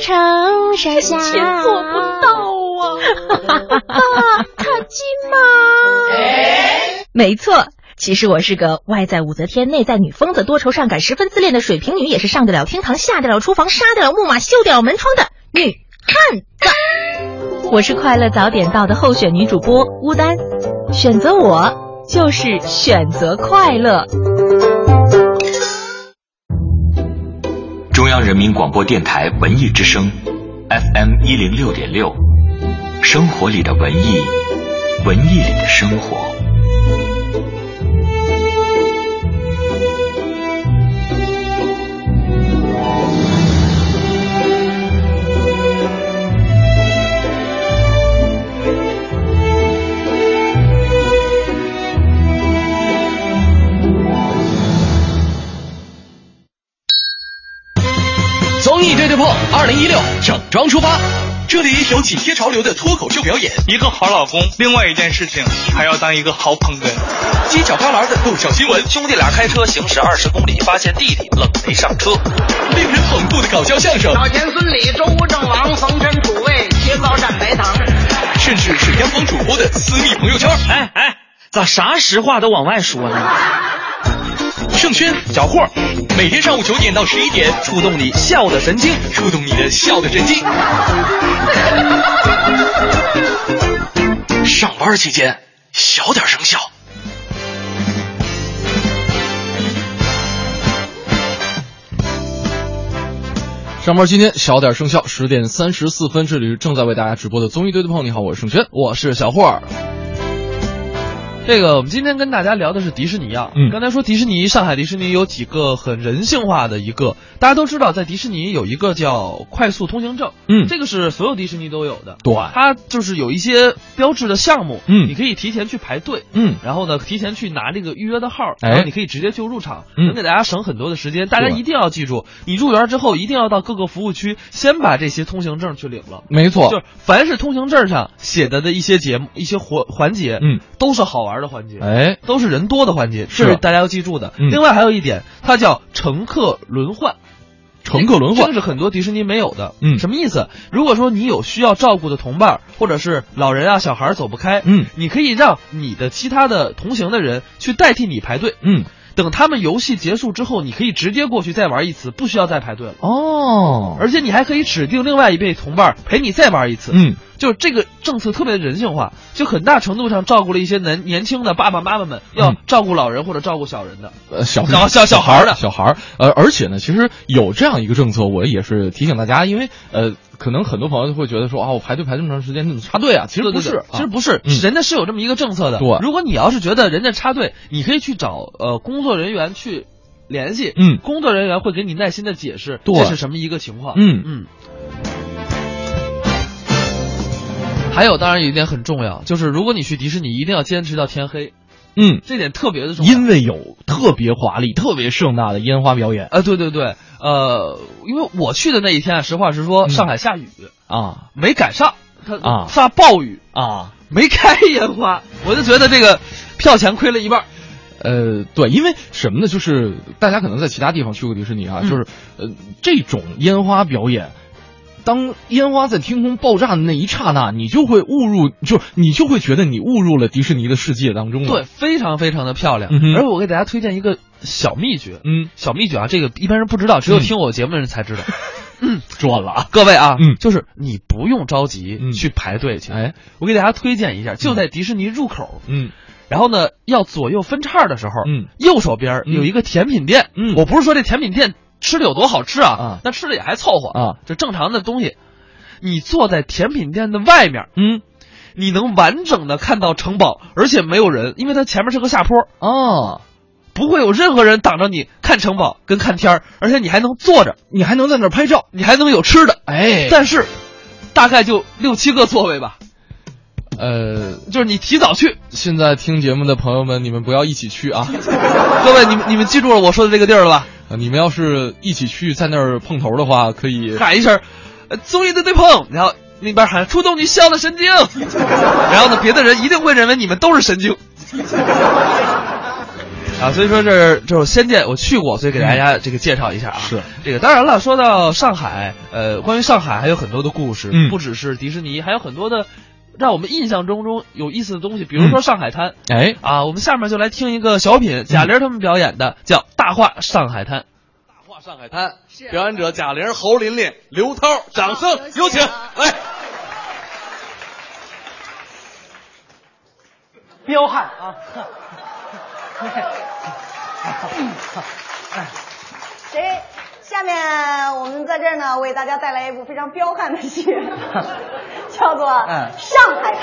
S5: 城山下，
S16: 钱做不到啊！
S5: 爸，卡金吗？
S17: 没错，其实我是个外在武则天、内在女疯子、多愁善感、十分自恋的水瓶女，也是上得了厅堂、下得了厨房、杀得了木马、修得了门窗的女汉子。我是快乐早点到的候选女主播乌丹，选择我就是选择快乐。
S13: 中央人民广播电台文艺之声，FM 一零六点六，生活里的文艺，文艺里的生活。
S2: 综艺对对碰，二零一六整装出发。
S18: 这里有紧贴潮流的脱口秀表演，
S19: 一个好老公，另外一件事情还要当一个好捧哏。
S18: 犄角旮旯的逗笑新闻，
S20: 兄弟俩开车行驶二十公里，发现弟弟冷没上车。
S18: 令人捧腹的搞笑相声，
S21: 老田、孙李、周吴、郑王、冯陈、楚卫、薛高、占白糖，
S18: 甚至是央广主播的私密朋友圈。
S22: 哎哎，咋啥实话都往外说呢？
S18: 盛轩，小霍，每天上午九点到十一点，
S22: 触动你笑的神经，
S18: 触动你的笑的神经。
S20: 上班期间，小点声笑。
S1: 上班期间小点声效，十点三十四分，这里正在为大家直播的综艺对对碰。你好，我是盛轩，
S2: 我是小霍。这个我们今天跟大家聊的是迪士尼啊，
S1: 嗯
S2: 刚才说迪士尼，上海迪士尼有几个很人性化的一个，大家都知道，在迪士尼有一个叫快速通行证，
S1: 嗯
S2: 这个是所有迪士尼都有的，
S1: 对
S2: 它就是有一些标志的项目，
S1: 嗯
S2: 你可以提前去排队，
S1: 嗯，
S2: 然后呢，提前去拿这个预约的号，
S1: 哎
S2: 然后你可以直接就入场，
S1: 嗯
S2: 能给大家省很多的时间。大家
S1: 对
S2: 一定要记住，你入园之后一定要到各个服务区先把这些通行证去领了。
S1: 没错
S2: 就是凡是通行证上写的的一些节目、一些环环节，
S1: 嗯，
S2: 都是好玩的环节，
S1: 哎，
S2: 都是人多的环节，
S1: 是
S2: 这是大家要记住的。
S1: 嗯
S2: 另外还有一点，它叫乘客轮换。
S1: 乘客轮换
S2: 这个是很多迪士尼没有的，
S1: 嗯
S2: 什么意思？如果说你有需要照顾的同伴儿，或者是老人啊、小孩儿走不开，
S1: 嗯，
S2: 你可以让你的其他的同行的人去代替你排队，
S1: 嗯，
S2: 等他们游戏结束之后，你可以直接过去再玩一次，不需要再排队了。
S1: 哦，
S2: 而且你还可以指定另外一位同伴儿陪你再玩一次。
S1: 嗯，
S2: 就这个政策特别人性化，就很大程度上照顾了一些年年轻的爸爸妈妈们要照顾老人或者照顾小人的。
S1: 嗯呃，小小
S2: 小小小孩
S1: 孩
S2: 儿
S1: 的
S2: 的
S1: 小孩儿，呃，而且呢，其实有这样一个政策，我也是提醒大家，因为呃，可能很多朋友会觉得说啊，我排队排这么长时间，怎么插队啊？其实
S2: 对
S1: 不
S2: 对
S1: 是
S2: 对，其实不是，
S1: 嗯
S2: 人家是有这么一个政策的。
S1: 对
S2: 如果你要是觉得人家插队，你可以去找呃工作人员去联系，
S1: 嗯
S2: 工作人员会给你耐心的解释
S1: 对
S2: 这是什么一个情况。
S1: 嗯
S2: 嗯。还有，当然有一点很重要，就是如果你去迪士尼，一定要坚持到天黑。
S1: 嗯，
S2: 这点特别的重要。
S1: 因为有特别华丽、特别盛大的烟花表演
S2: 啊，对对对，呃，因为我去的那一天啊，实话实说，上海下雨，
S1: 嗯啊，
S2: 没赶上，它
S1: 啊
S2: 下暴雨
S1: 啊，
S2: 没开烟花，我就觉得这个票钱亏了一半儿。
S1: 呃，对，因为什么呢？就是大家可能在其他地方去过迪士尼
S2: 嗯
S1: 啊，就是呃，这种烟花表演，当烟花在天空爆炸的那一刹那，你就会误入，就是你就会觉得你误入了迪士尼的世界当中了。
S2: 对，，非常非常的漂亮。
S1: 嗯哼
S2: 而我给大家推荐一个小秘诀，
S1: 嗯，
S2: 小秘诀啊，这个一般人不知道，只有听我节目的人才知 道。嗯，
S1: 赚了啊，
S2: 各位啊，
S1: 嗯
S2: 就是你不用着急去排队去。哎，我给大家推荐一下，就在迪士尼入口，
S1: 嗯。
S2: 然后呢，要左右分叉的时候，
S1: 嗯，
S2: 右手边儿有一个甜品店，
S1: 嗯，
S2: 我不是说这甜品店吃的有多好吃啊，那吃的也还凑合
S1: 啊，
S2: 就正常的东西。你坐在甜品店的外面，
S1: 嗯，
S2: 你能完整的看到城堡，而且没有人，因为它前面是个下坡
S1: 哦，
S2: 不会有任何人挡着你看城堡跟看天儿，而且你还能坐着，
S1: 你还能在那儿拍照，
S2: 你还能有吃的，
S1: 哎
S2: 但是大概就六七个座位吧，
S1: 呃，
S2: 就是你提早去。
S1: 现在听节目的朋友们，你们不要一起去啊！
S2: 各位，你们你们记住了我说的这个地儿了吧？
S1: 呃你们要是一起去在那儿碰头的话，可以
S2: 喊一声，呃综艺对对碰，然后那边喊触动你笑的神 经，然后呢，别的人一定会认为你们都是神经。啊，所以说这就是《仙剑》，我去过，所以给大家这个介绍一下啊。
S1: 嗯是
S2: 这个，当然了，说到上海，呃，关于上海还有很多的故事，
S1: 嗯
S2: 不只是迪士尼，还有很多的让我们印象中中有意思的东西，比如说上海滩。
S1: 嗯哎
S2: 啊，我们下面就来听一个小品，贾玲他们表演的，叫《大话上海滩》。
S23: 画上海滩，表演者贾玲、侯琳琳、刘涛，掌声有请！来，
S24: 彪悍啊！
S25: 谁？哎下面我们在这儿呢，为大家带来一部非常彪悍的 戏，叫做《
S24: 嗯
S25: 上海滩》。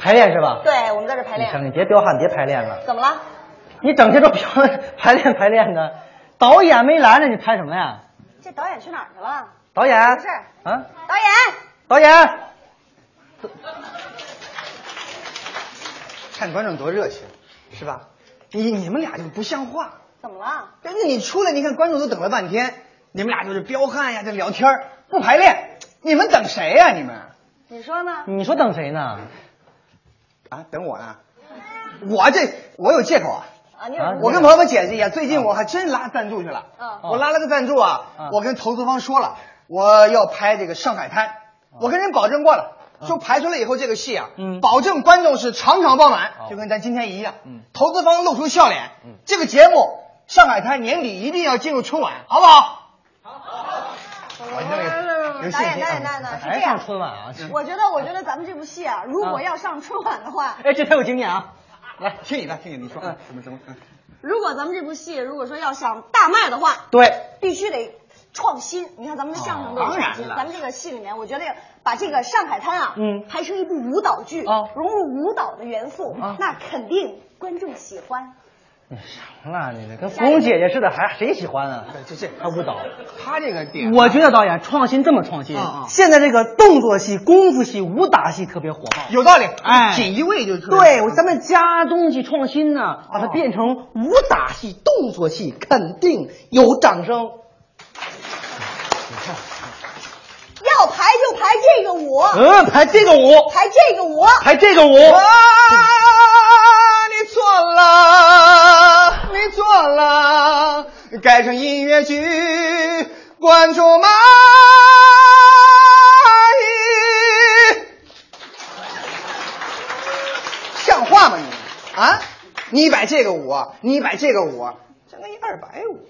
S24: 排练是吧？
S25: 对，我们在这儿排
S24: 你看
S25: 练。
S24: 看，别彪悍，别排练了，
S25: 怎么了？
S24: 你整天都表排练排练的，导演没拦着你拍什么呀？
S25: 这导演去哪儿去了？
S24: 导演
S25: 不是，
S24: 啊，
S25: 导演，
S24: 导演，看观众多热情，是吧？你你们俩就不像话，
S25: 怎么了？
S24: 真的，你出来，你看观众都等了半天，你们俩就是彪悍呀，这聊天儿不排练，你们等谁呀、你们
S25: 你说呢？
S24: 你说等谁呢？
S3: 啊，等我呢？我这我有借口啊！
S25: 啊，你有什么
S3: 我跟朋友们解释一下，最近我还真拉赞助去了。
S24: 啊
S25: 嗯
S3: 我拉了个赞助啊，我跟投资方说了，我要拍这个上海滩，
S24: 啊
S3: 我跟人保证过了。就排出来以后，这个戏啊，
S24: 嗯
S3: 保证观众是场场爆满，就跟咱今天一样。
S24: 嗯
S3: 投资方露出笑脸，这个节目《上海滩》年底一定要进入春晚，好不好？
S25: 我那嗯导演，导演，导演，导
S3: 有信心啊
S25: 演是
S24: 还
S25: 这样
S24: 上。春晚啊？
S25: 我觉得，我觉得咱们这部戏啊，如果要上春晚的话，
S24: 哎，这太有经验啊！
S3: 来，听你的，听你的，你说什么什么？嗯
S25: 如果咱们这部戏如果说要想大卖的话，
S3: 对，
S25: 必须得创新。你看咱们的相声都有
S3: 哦当然
S25: 创新，
S3: 了
S25: 咱们这个戏里面，我觉得把这个上海滩啊，
S3: 嗯哦
S25: 拍成一部舞蹈剧，融入舞蹈的元素，那肯定观众喜欢。
S24: 行了，你这跟芙蓉姐姐似的，还谁喜欢啊？
S3: 这这
S24: 还舞蹈。
S3: 他这个点，
S24: 我觉得导演创新这么创新
S3: 啊啊，
S24: 现在这个动作戏、功夫戏、武打戏特别火爆。
S3: 有道理，
S24: 哎
S3: 锦衣卫就哦特别
S24: 对，我咱们加东西创新呢、把它变成武打戏、动作戏，肯定有掌声。
S3: 哦
S25: 要排就排这个舞，
S24: 嗯，排 这个舞，
S25: 排这个舞，
S24: 排这个舞。
S3: 啊，你错了，你错了，改成音乐剧，观众蚂蚁，像话吗你？啊，你摆这个舞，你摆这个舞，这个一二百五，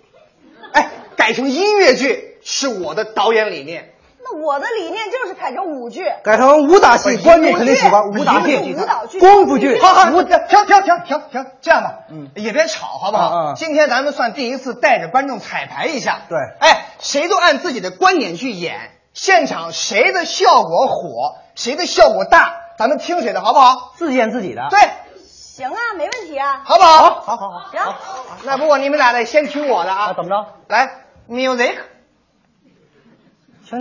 S3: 哎，改成音乐剧是我的导演理念。
S25: 那我的理念就是改成舞剧，
S3: 改成武打戏，观众肯啊定喜欢
S25: 舞
S3: 武
S25: 打
S3: 打
S25: 剧
S3: 戏
S25: 舞蹈剧、
S3: 功夫剧。好好，
S25: 舞
S3: 停停停停停，这样吧，嗯，也别吵，好不
S24: 嗯
S3: 好
S24: 嗯？
S3: 今天咱们算第一次带着观众彩排一下。
S24: 对
S3: 哎，谁都按自己的观点去演，现场谁的效果火，谁的效果大，咱们听谁的，好不好？
S24: 自己演自己的。
S3: 对，，
S25: 行啊，没问题啊。
S3: 好不好？好
S24: 好好。
S25: 行，
S3: 那不，你们俩得先听我的啊。
S24: 怎么着？
S3: 来，music。
S24: 行。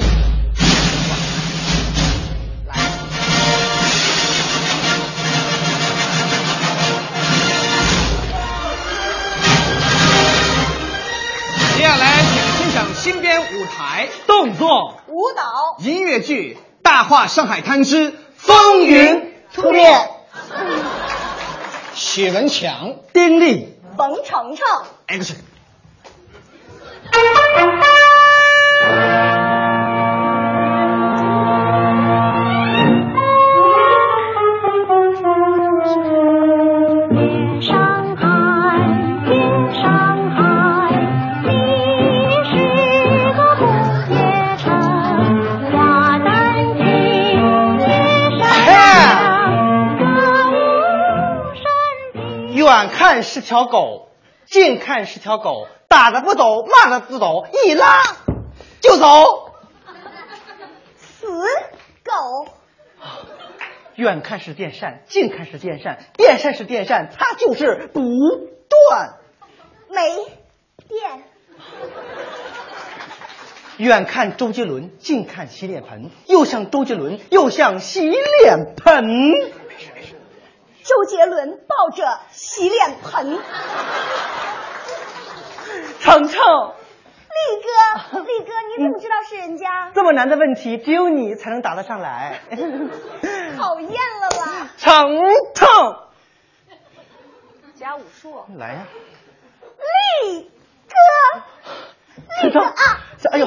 S3: 接下来，请欣赏新编舞台
S24: 动作
S25: 舞蹈
S3: 音乐剧《大话上海滩之风云突变》，许文强、
S24: 丁力。
S25: 冯程程。
S3: action。
S15: 上海，夜上海，你是个不夜城。花丹青，夜山歌舞升平。
S3: 远看是条狗，近看是条狗，打的不走，骂的不走，一拉就走。
S25: 死狗，
S24: 远看是电扇，近看是电扇，电扇是电扇，它就是不断。
S25: 没电，
S24: 远看周杰伦，近看洗脸盆，又像周杰伦，又像洗脸盆。
S25: 周杰伦抱着洗脸盆，力
S24: 程程，
S25: 哥，力哥，你怎么知道是人家？
S24: 这么难的问题，只有你才能答得上来。
S25: 讨厌了吧？
S24: 程程，
S25: 加武术，
S3: 来呀、
S25: 力哥，
S24: 程
S25: 力哥
S24: 程
S25: 啊，
S24: 这哎呦，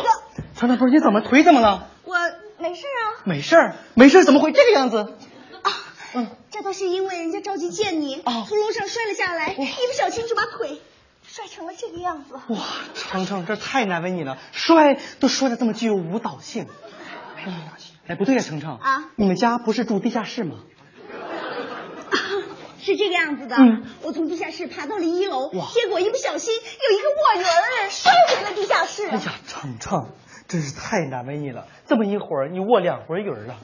S24: 程程不是你怎么腿怎么了？
S25: 我没事啊，
S24: 没事儿，没事儿，怎么会这个样子？
S25: 这都是因为人家着急见你，从楼上摔了下来，一不小心就把腿摔成了这个样子。
S24: 哇，程程，这太难为你了，摔都摔得这么具有舞蹈性。哎，不对呀、程程
S25: 啊
S24: 你们家不是住地下室吗？
S25: 是这个样子的，我从地下室爬到了一楼，
S24: 哇
S25: 结果一不小心有一个墨鱼儿摔回了地下室。
S24: 哎呀，程程，真是太难为你了，这么一会儿你握两回鱼儿了。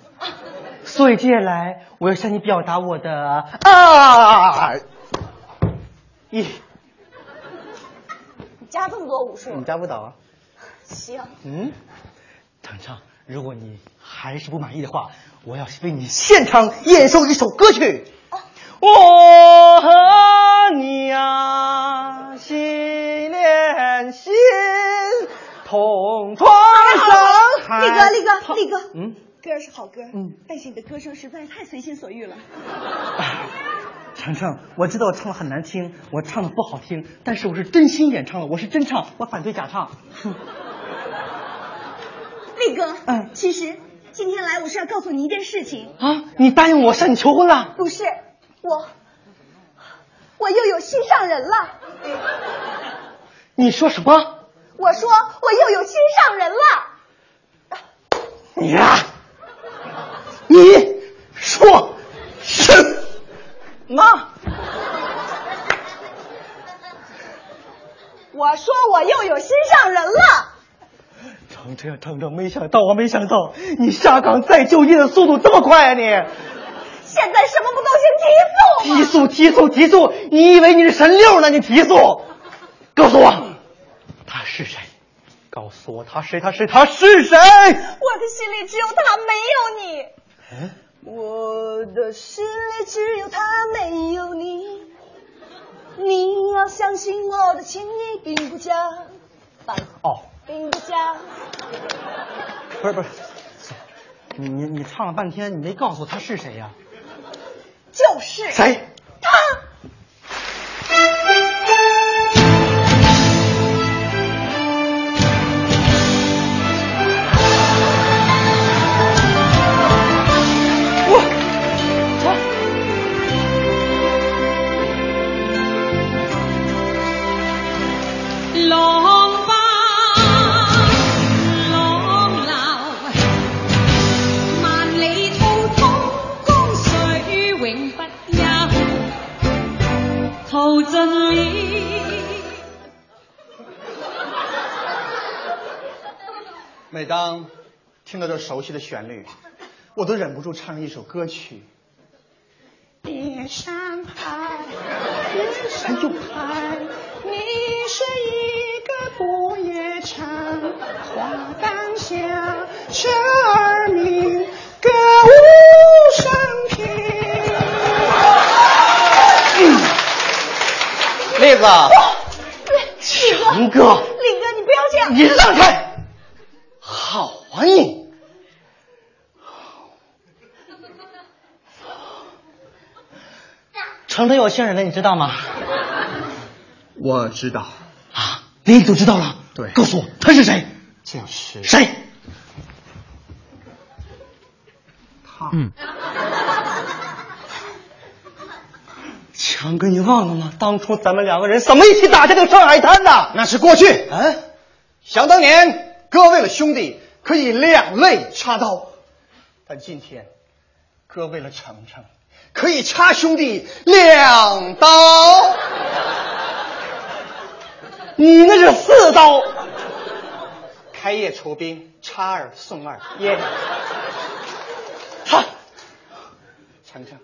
S24: 所以接下来我要向你表达我的啊，一，
S25: 你加这么多武术，
S24: 你家舞蹈啊？
S25: 行，
S24: 嗯，程程，如果你还是不满意的话，我要为你现场演奏一首歌曲。
S25: 哦
S24: 我和你啊，心连心，同床上。
S25: 啊力哥，力哥，力哥，
S24: 嗯，
S25: 歌是好歌，嗯，但是你的歌声实在太随心所欲了。
S24: 程程，我知道我唱的很难听，我唱的不好听，但是我是真心演唱的，我是真唱，我反对假唱。
S25: 魏哥，嗯，其实今天来我是要告诉你一件事情
S24: 啊，你答应我向你求婚了？
S25: 不是，我我又有心上人了。
S24: 你说什么？
S25: 我说我又有心上人了。
S24: 你呀、啊，你说什
S25: 么？我说我又有心上人了。
S24: 程程，程程，没想到啊，没想到你下岗再就业的速度这么快啊！你
S25: 现在什么不都行提
S24: 速？提速，提速，提速！你以为你是神六呢？你提速！告诉我，他是谁？告诉我他谁？他谁？他是谁？我
S25: 的心里只有他，没有你。
S24: 嗯，
S25: 我的心里只有他，没有你。你要相信我的情谊并不假，
S24: 哦，
S25: 并不假。
S24: 不是不是，你你你唱了半天，你没告诉我他是谁呀、
S25: 就是
S24: 谁？
S25: 他。
S16: 浪花浪流，萬里滔滔江水永不休，淘盡了。
S3: 每当听到这熟悉的旋律，我都忍不住唱上一首歌曲。
S25: 别伤害，别伤害，你是一个不夜城，花瓣香，车儿鸣，歌舞升平。
S24: 嗯
S3: 栗子，啊
S25: 李
S24: 林哥，
S25: 李哥，你不要这样，
S24: 你让开！好啊你，程程有心人了，你知道吗？
S3: 我知道，啊
S24: 你就知道了。
S3: 对
S24: 告诉我他是谁？
S3: 就是
S24: 谁？
S3: 他。
S1: 嗯。
S24: 强哥，你忘了吗？当初咱们两个人怎么一起打下这个上海滩的？
S3: 那是过去。
S24: 嗯，
S3: 想当年，哥为了兄弟可以两肋插刀，但今天，哥为了程程可以插兄弟两刀。
S24: 你那是四刀。
S3: 开业酬宾，插二送二。
S24: 耶，他
S3: 程程，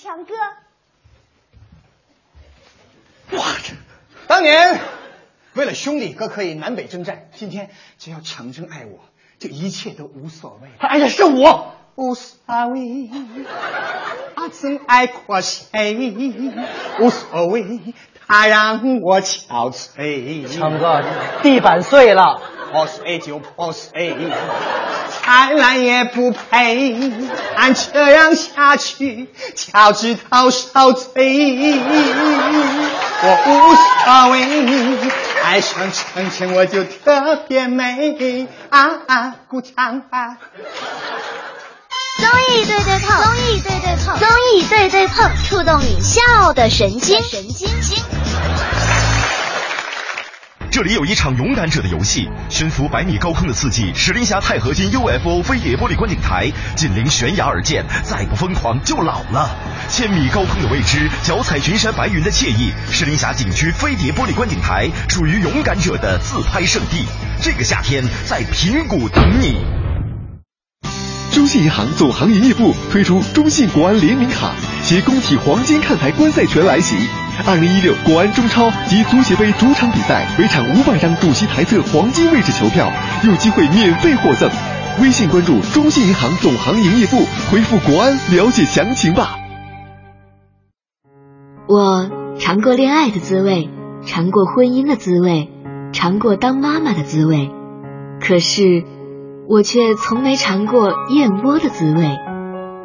S25: 强哥，
S24: 我这
S3: 当年为了兄弟，哥可以南北征战。今天只要程程爱我，这一切都无所谓。
S24: 哎呀，是我。
S3: 无所谓，阿曾爱过谁？无所谓，他让我憔
S24: 哎
S3: 悴。
S24: 强哥，地板碎了。
S3: 我
S24: 哎
S3: 谁就破谁，贪婪也不配，俺这样下去，脚趾头受罪。我无所谓，爱上程程我就特别美啊啊！鼓掌啊！
S5: 综艺对对碰，综艺对对碰，综艺对对碰，触动你笑的神经，神经经。
S8: 这里有一场勇敢者的游戏，悬浮百米高空的刺激，石林峡钛合金 UFO 飞碟玻璃观景台，紧邻悬崖而建，再不疯狂就老了。千米高空的未知，脚踩群山白云的惬意，石林峡景区飞碟玻璃观景台属于勇敢者的自拍圣地。这个夏天在平谷等你。
S4: 中信银行总行营业部推出中信国安联名卡，携工体黄金看台观赛权来袭。二零一六国安中超及足协杯主场比赛，每场五百张主席台侧黄金位置球票，有机会免费获赠。微信关注中信银行总行营业部，回复“国安”了解详情吧。
S9: 我尝过恋爱的滋味，尝过婚姻的滋味，尝过当妈妈的滋味，可是我却从没尝过燕窝的滋味。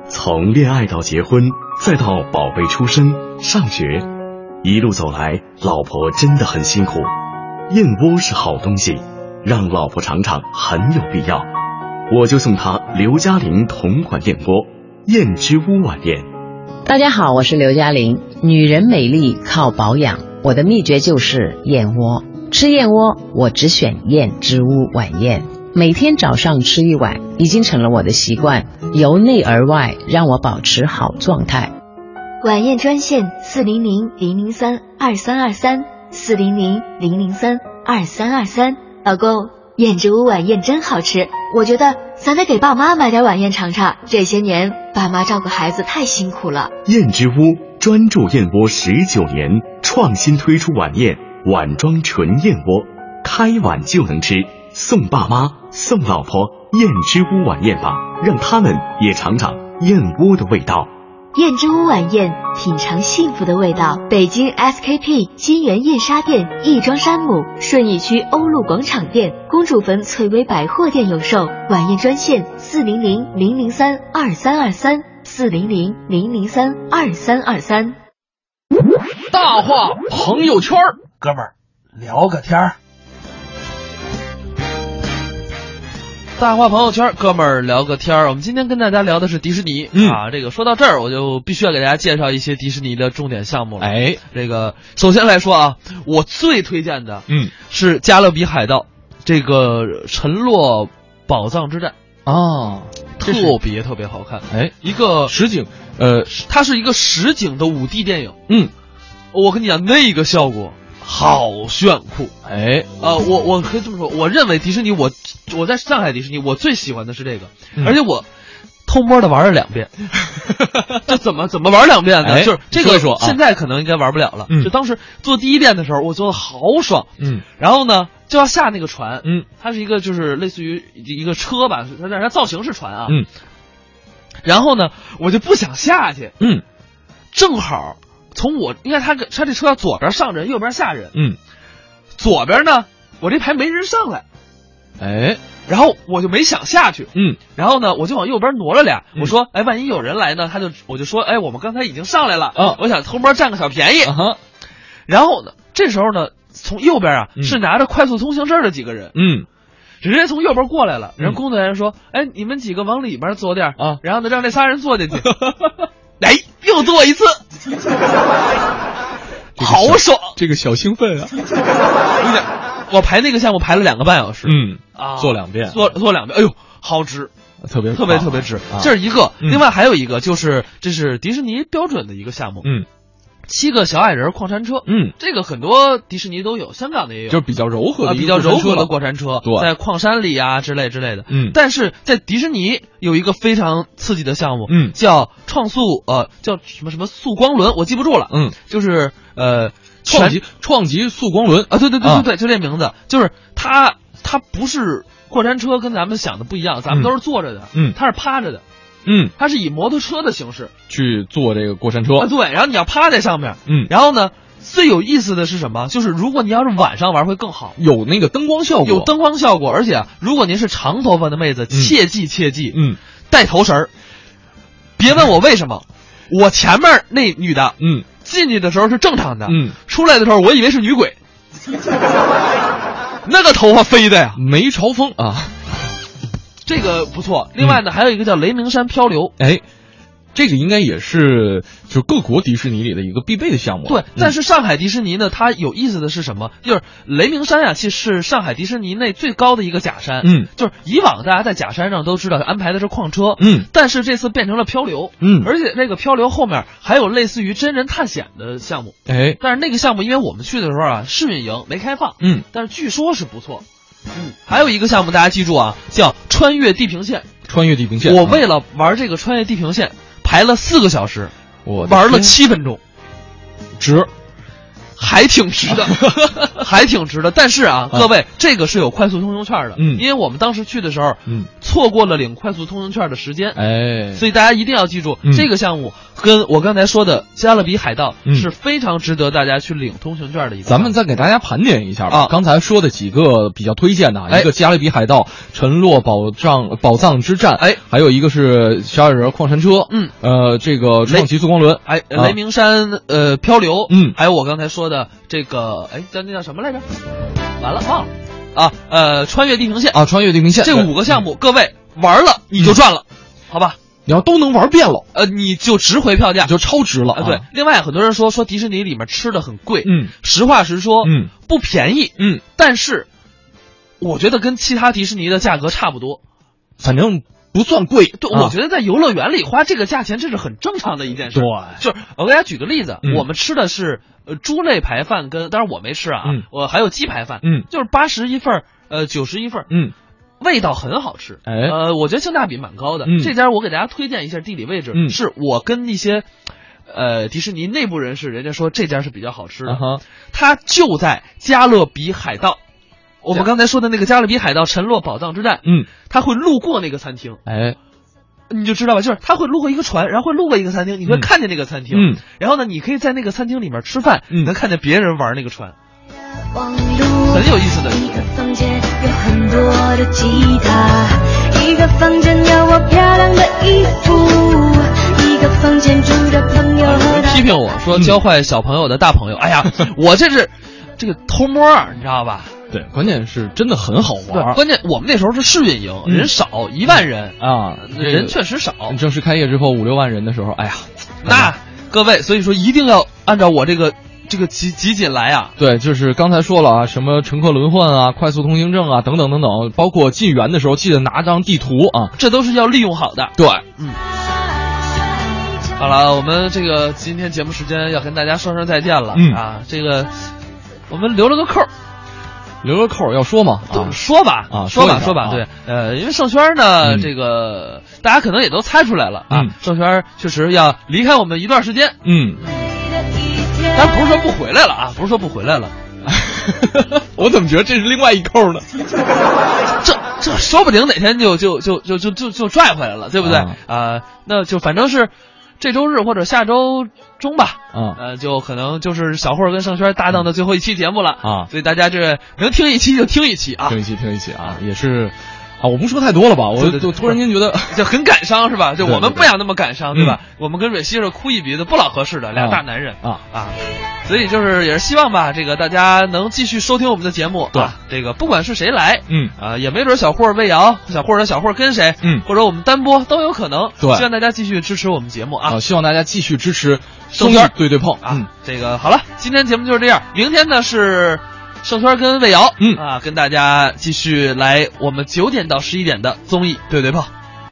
S4: 从恋爱到结婚，再到宝贝出生、上学，一路走来，老婆真的很辛苦。燕窝是好东西，让老婆尝尝很有必要。我就送她刘嘉玲同款燕窝——燕之屋晚宴。
S6: 大家好，我是刘嘉玲。女人美丽靠保养，我的秘诀就是燕窝。吃燕窝，我只选燕之屋晚宴，每天早上吃一碗，已经成了我的习惯，由内而外让我保持好状态。
S9: 晚宴专线四零零零零三二三二三四零零零零三二三二三，老公，燕之屋晚宴真好吃，我觉得咱得给爸妈买点晚宴尝尝，这些年爸妈照顾孩子太辛苦了。
S4: 燕之屋专注燕窝十九年，创新推出晚宴碗装纯燕窝，开碗就能吃，送爸妈送老婆燕之屋晚宴吧，让他们也尝尝燕窝的味道。
S9: 燕之屋晚宴，品尝幸福的味道。北京 SKP 金源燕莎店、亦庄山姆、顺义区欧陆广场店、公主坟翠微百货店有售。晚宴专线：四零零零零三二三二三，四零零零零三二三二三。
S1: 大话朋友圈儿，
S24: 哥们儿聊个天儿。
S2: 大话朋友圈，哥们儿聊个天儿。我们今天跟大家聊的是迪士尼、
S1: 嗯
S2: 啊。这个说到这儿，我就必须要给大家介绍一些迪士尼的重点项目了。
S1: 哎，
S2: 这个首先来说啊，我最推荐的，
S1: 嗯，
S2: 是《加勒比海盗》这个沉落宝藏之战
S1: 啊，这是
S2: 特别特别好看。
S1: 哎，
S2: 一个
S1: 实景，呃，
S2: 它是一个实景的五 D 电影。
S1: 嗯，
S2: 我跟你讲，那个效果好炫酷。
S1: 哎，
S2: 呃，我我可以这么说，我认为迪士尼，我我在上海迪士尼，我最喜欢的是这个，
S1: 嗯
S2: 而且我偷摸的玩了两 遍，这怎么怎么玩两遍呢？
S1: 哎
S2: 就是这
S1: 说
S2: 个
S1: 一说啊
S2: 现在可能应该玩不了了。
S1: 嗯
S2: 就当时做第一遍的时候，我做的好爽，
S1: 嗯
S2: 然后呢就要下那个船，
S1: 嗯，
S2: 它是一个就是类似于一个车吧，它但是它造型是船啊，
S1: 嗯
S2: 然后呢我就不想下去，
S1: 嗯
S2: 正好从我应该它它这车要左边上人，右边下人，
S1: 嗯，
S2: 左边呢我这排没人上来。
S1: 哎，
S2: 然后我就没想下去，
S1: 嗯
S2: 然后呢，我就往右边挪了俩。
S1: 嗯
S2: 我说，哎，万一有人来呢？他就我就说，哎，我们刚才已经上来了，
S1: 啊
S2: 我想偷摸占个小便宜。
S1: 啊哈，
S2: 然后呢，这时候呢，从右边啊、
S1: 嗯
S2: 是拿着快速通行证的几个人，
S1: 嗯
S2: 人家从右边过来了。人
S1: 嗯
S2: 工作人员说，哎，你们几个往里边坐点儿
S1: 啊
S2: 然后呢，让这仨人坐 进去。哎，又坐一次，
S1: 这 个小
S2: 好爽！
S1: 这个小兴奋啊，
S2: 我跟你讲， 我排那个项目排了两个半小时，
S1: 嗯
S2: 啊，
S1: 做两遍
S2: 做做两遍，哎呦，好值。
S1: 特别
S2: 特别
S1: 棒
S2: 特别值
S1: 啊，
S2: 这是一个。
S1: 嗯
S2: 另外还有一个就是，这是迪士尼标准的一个项目，
S1: 嗯
S2: 七个小矮人矿山车，
S1: 嗯，
S2: 这个很多迪士尼都有，香港的也有，
S1: 就是比较柔和
S2: 啊
S1: 的一个
S2: 比较柔和的
S1: 过
S2: 过
S1: 山
S2: 山
S1: 车了
S2: 车，
S1: 对
S2: 在矿山里啊之类之类的。
S1: 嗯
S2: 但是在迪士尼有一个非常刺激的项目，
S1: 嗯
S2: 叫创速呃叫什么什么速光轮，我记不住了，
S1: 嗯，
S2: 就是呃
S1: 创
S2: 全
S1: 极创极速光轮
S2: 啊，对对对
S1: 啊
S2: 对对，就这名字，就是它它不是过山车，跟咱们想的不一样，咱们
S1: 嗯
S2: 都是坐着的，
S1: 嗯
S2: 它是趴着的。
S1: 嗯，
S2: 它是以摩托车的形式
S1: 去坐这个过山车
S2: 啊，，对，然后你要趴在上面，
S1: 嗯
S2: 然后呢，最有意思的是什么？就是如果你要是晚上玩会更好，
S1: 有那个灯光效果，
S2: 有，灯光效果，而且啊如果您是长头发的妹子，切记切记，
S1: 嗯
S2: 带头绳儿，别问我为什么，我前面那女的
S1: 嗯
S2: 进去的时候是正常的，
S1: 嗯，
S2: 出来的时候我以为是女鬼，那个头发飞的呀，
S1: 梅超风嗯啊，
S2: 这个不错。另外呢，还有一个叫雷鸣山漂流。
S1: 哎，这个应该也是就各国迪士尼里的一个必备的项目了，
S2: 对
S1: 嗯，
S2: 但是上海迪士尼呢，它有意思的是什么？就是雷鸣山啊，其实是上海迪士尼内最高的一个假山。
S1: 嗯，
S2: 就是以往大家在假山上都知道安排的是矿车，
S1: 嗯
S2: 但是这次变成了漂流，
S1: 嗯
S2: 而且那个漂流后面还有类似于真人探险的项 目，
S1: 哎
S2: 但是那个项目因为我们去的时候啊试运营没开放，
S1: 嗯
S2: 但是据说是不错。嗯，还有一个项目大家记住啊，叫穿越地平线。
S1: 穿越地平线，
S2: 我为了玩这个穿越地平线排了四个小时，
S1: 我的
S2: 玩了
S1: 天
S2: 七分钟。
S1: 值，
S2: 还挺值 的，还挺值的。但是啊，各位，这个是有快速通行券的，
S1: 嗯
S2: 因为我们当时去的时候，
S1: 嗯，
S2: 错过了领快速通行券的时间，
S1: 哎
S2: 所以大家一定要记住，
S1: 嗯
S2: 这个项目跟我刚才说的加勒比海盗
S1: 嗯
S2: 是非常值得大家去领通行券的一个。
S1: 咱们再给大家盘点一下吧。
S2: 啊
S1: 刚才说的几个比较推荐的，啊，
S2: 哎
S1: 一个《加勒比海盗》《沉落宝藏宝藏之战》，
S2: 哎，
S1: 还有一个是《小矮人矿山车》，
S2: 嗯，
S1: 呃，这个《
S2: 雷
S1: 创奇速光轮》，
S2: 哎，
S1: 啊
S2: 雷鸣山呃漂流，
S1: 嗯
S2: 还有我刚才说的这个，哎，叫那叫什么来着？完了，忘了啊，呃，穿越地平线
S1: 啊，穿越地平线，
S2: 这
S1: 对嗯
S2: 五个项目，各位玩了你就赚了，好吧？
S1: 你要都能玩遍了，
S2: 呃，你就值回票价，
S1: 就超值了
S2: 啊。对，，另外很多人说说迪士尼里面吃的很贵，
S1: 嗯，
S2: 实话实说，
S1: 嗯，
S2: 不便宜，
S1: 嗯，
S2: 但是我觉得跟其他迪士尼的价格差不多。
S1: 反正不算贵。
S2: 对，
S1: 啊
S2: 我觉得在游乐园里花这个价钱，这是很正常的一件事。
S1: 对
S2: 就是我给大家举个例子，
S1: 嗯
S2: 我们吃的是呃猪肋排饭跟，当然我没吃啊，
S1: 嗯
S2: 我还有鸡排饭，
S1: 嗯
S2: 就是八十一份儿，呃九十一份儿，
S1: 嗯，
S2: 味道很好吃，
S1: 哎
S2: 呃，我觉得性价比蛮高的。
S1: 嗯
S2: 这家我给大家推荐一下地理位置，
S1: 嗯
S2: 是我跟一些，呃，迪士尼内部人士，人家说这家是比较好吃的，
S1: 啊哈
S2: 它就在加勒比海盗，我们刚才说的那个加勒比海盗沉落宝藏之战，
S1: 嗯，
S2: 它会路过那个餐厅，
S1: 哎，
S2: 你就知道吧，就是它会路过一个船，然后会路过一个餐厅，你会
S1: 嗯
S2: 看见那个餐厅，
S1: 嗯
S2: 然后呢，你可以在那个餐厅里面吃饭，你能看见别人玩那个船，很有意思的。
S7: 一个房间有很多的吉他，一个房间有我漂亮的衣服，一个房间住着朋友和他。
S2: 批评我说
S1: 嗯
S2: 教坏小朋友的大朋友，哎呀，我这是这个偷摸儿，你知道吧？
S1: 对，关键是真的很好玩
S2: 对，
S1: 儿
S2: 关键我们那时候是试运营，
S1: 嗯
S2: 人少一万人，
S1: 啊，这个
S2: 人确实少。
S1: 正式开业之后五六万人的时候，哎呀，
S2: 那各位，所以说一定要按照我这个这个集集锦来啊。
S1: 对，就是刚才说了啊，什么乘客轮换啊、快速通行证啊等等等等，包括进园的时候记得拿张地图啊。
S2: 这都是要利用好的。
S1: 对，
S2: 好了，我们这个今天节目时间要跟大家说声再见了、
S1: 嗯
S2: 啊。这个我们留了个扣儿，
S1: 留个扣儿要说嘛啊
S2: 都，说吧
S1: 啊说
S2: 说吧
S1: 一下
S2: 说吧，
S1: 啊
S2: 对，呃，因为盛轩呢，
S1: 嗯
S2: 这个大家可能也都猜出来了啊
S1: 嗯，
S2: 盛轩确实要离开我们一段时间，
S1: 嗯，
S2: 当然不是说不回来了啊，不是说不回来了，
S1: 我怎么觉得这是另外一扣儿呢？
S2: 这这说不定哪天就就就就就就就拽回来了，对不对？
S1: 啊
S2: 啊、那就反正是这周日或者下周中吧。
S1: 啊
S2: 呃，就可能就是小霍儿跟盛轩搭档的最后一期节目了
S1: 啊
S2: 所以大家这能听一期就听一期啊
S1: 听，一期，听一期啊，也是啊，我不说太多了吧，我
S2: 对对对
S1: 我突然间觉得，
S2: 就很感伤是吧？
S1: 对
S2: 就
S1: 对
S2: 我们
S1: 对嗯
S2: 不想那么感伤，对吧？我们跟蕊希是哭一鼻子，不老合适的，俩
S1: 啊
S2: 大男人
S1: 啊
S2: 啊。所以就是也是希望吧，这个大家能继续收听我们的节目。
S1: 对
S2: 啊，这个不管是谁来，
S1: 嗯
S2: 啊，也没准小霍儿魏瑶，小霍儿和小霍儿跟谁，
S1: 嗯
S2: 或者我们单播都有可能。
S1: 对
S2: 希望大家继续支持我们节目啊
S1: 啊，希望大家继续支持
S2: 收听
S1: 中间对对碰嗯
S2: 啊，这个好了，今天节目就是这样，明天呢是。盛轩儿跟魏瑶，
S1: 嗯
S2: 啊，跟大家继续来我们九点到十一点的综艺对对碰。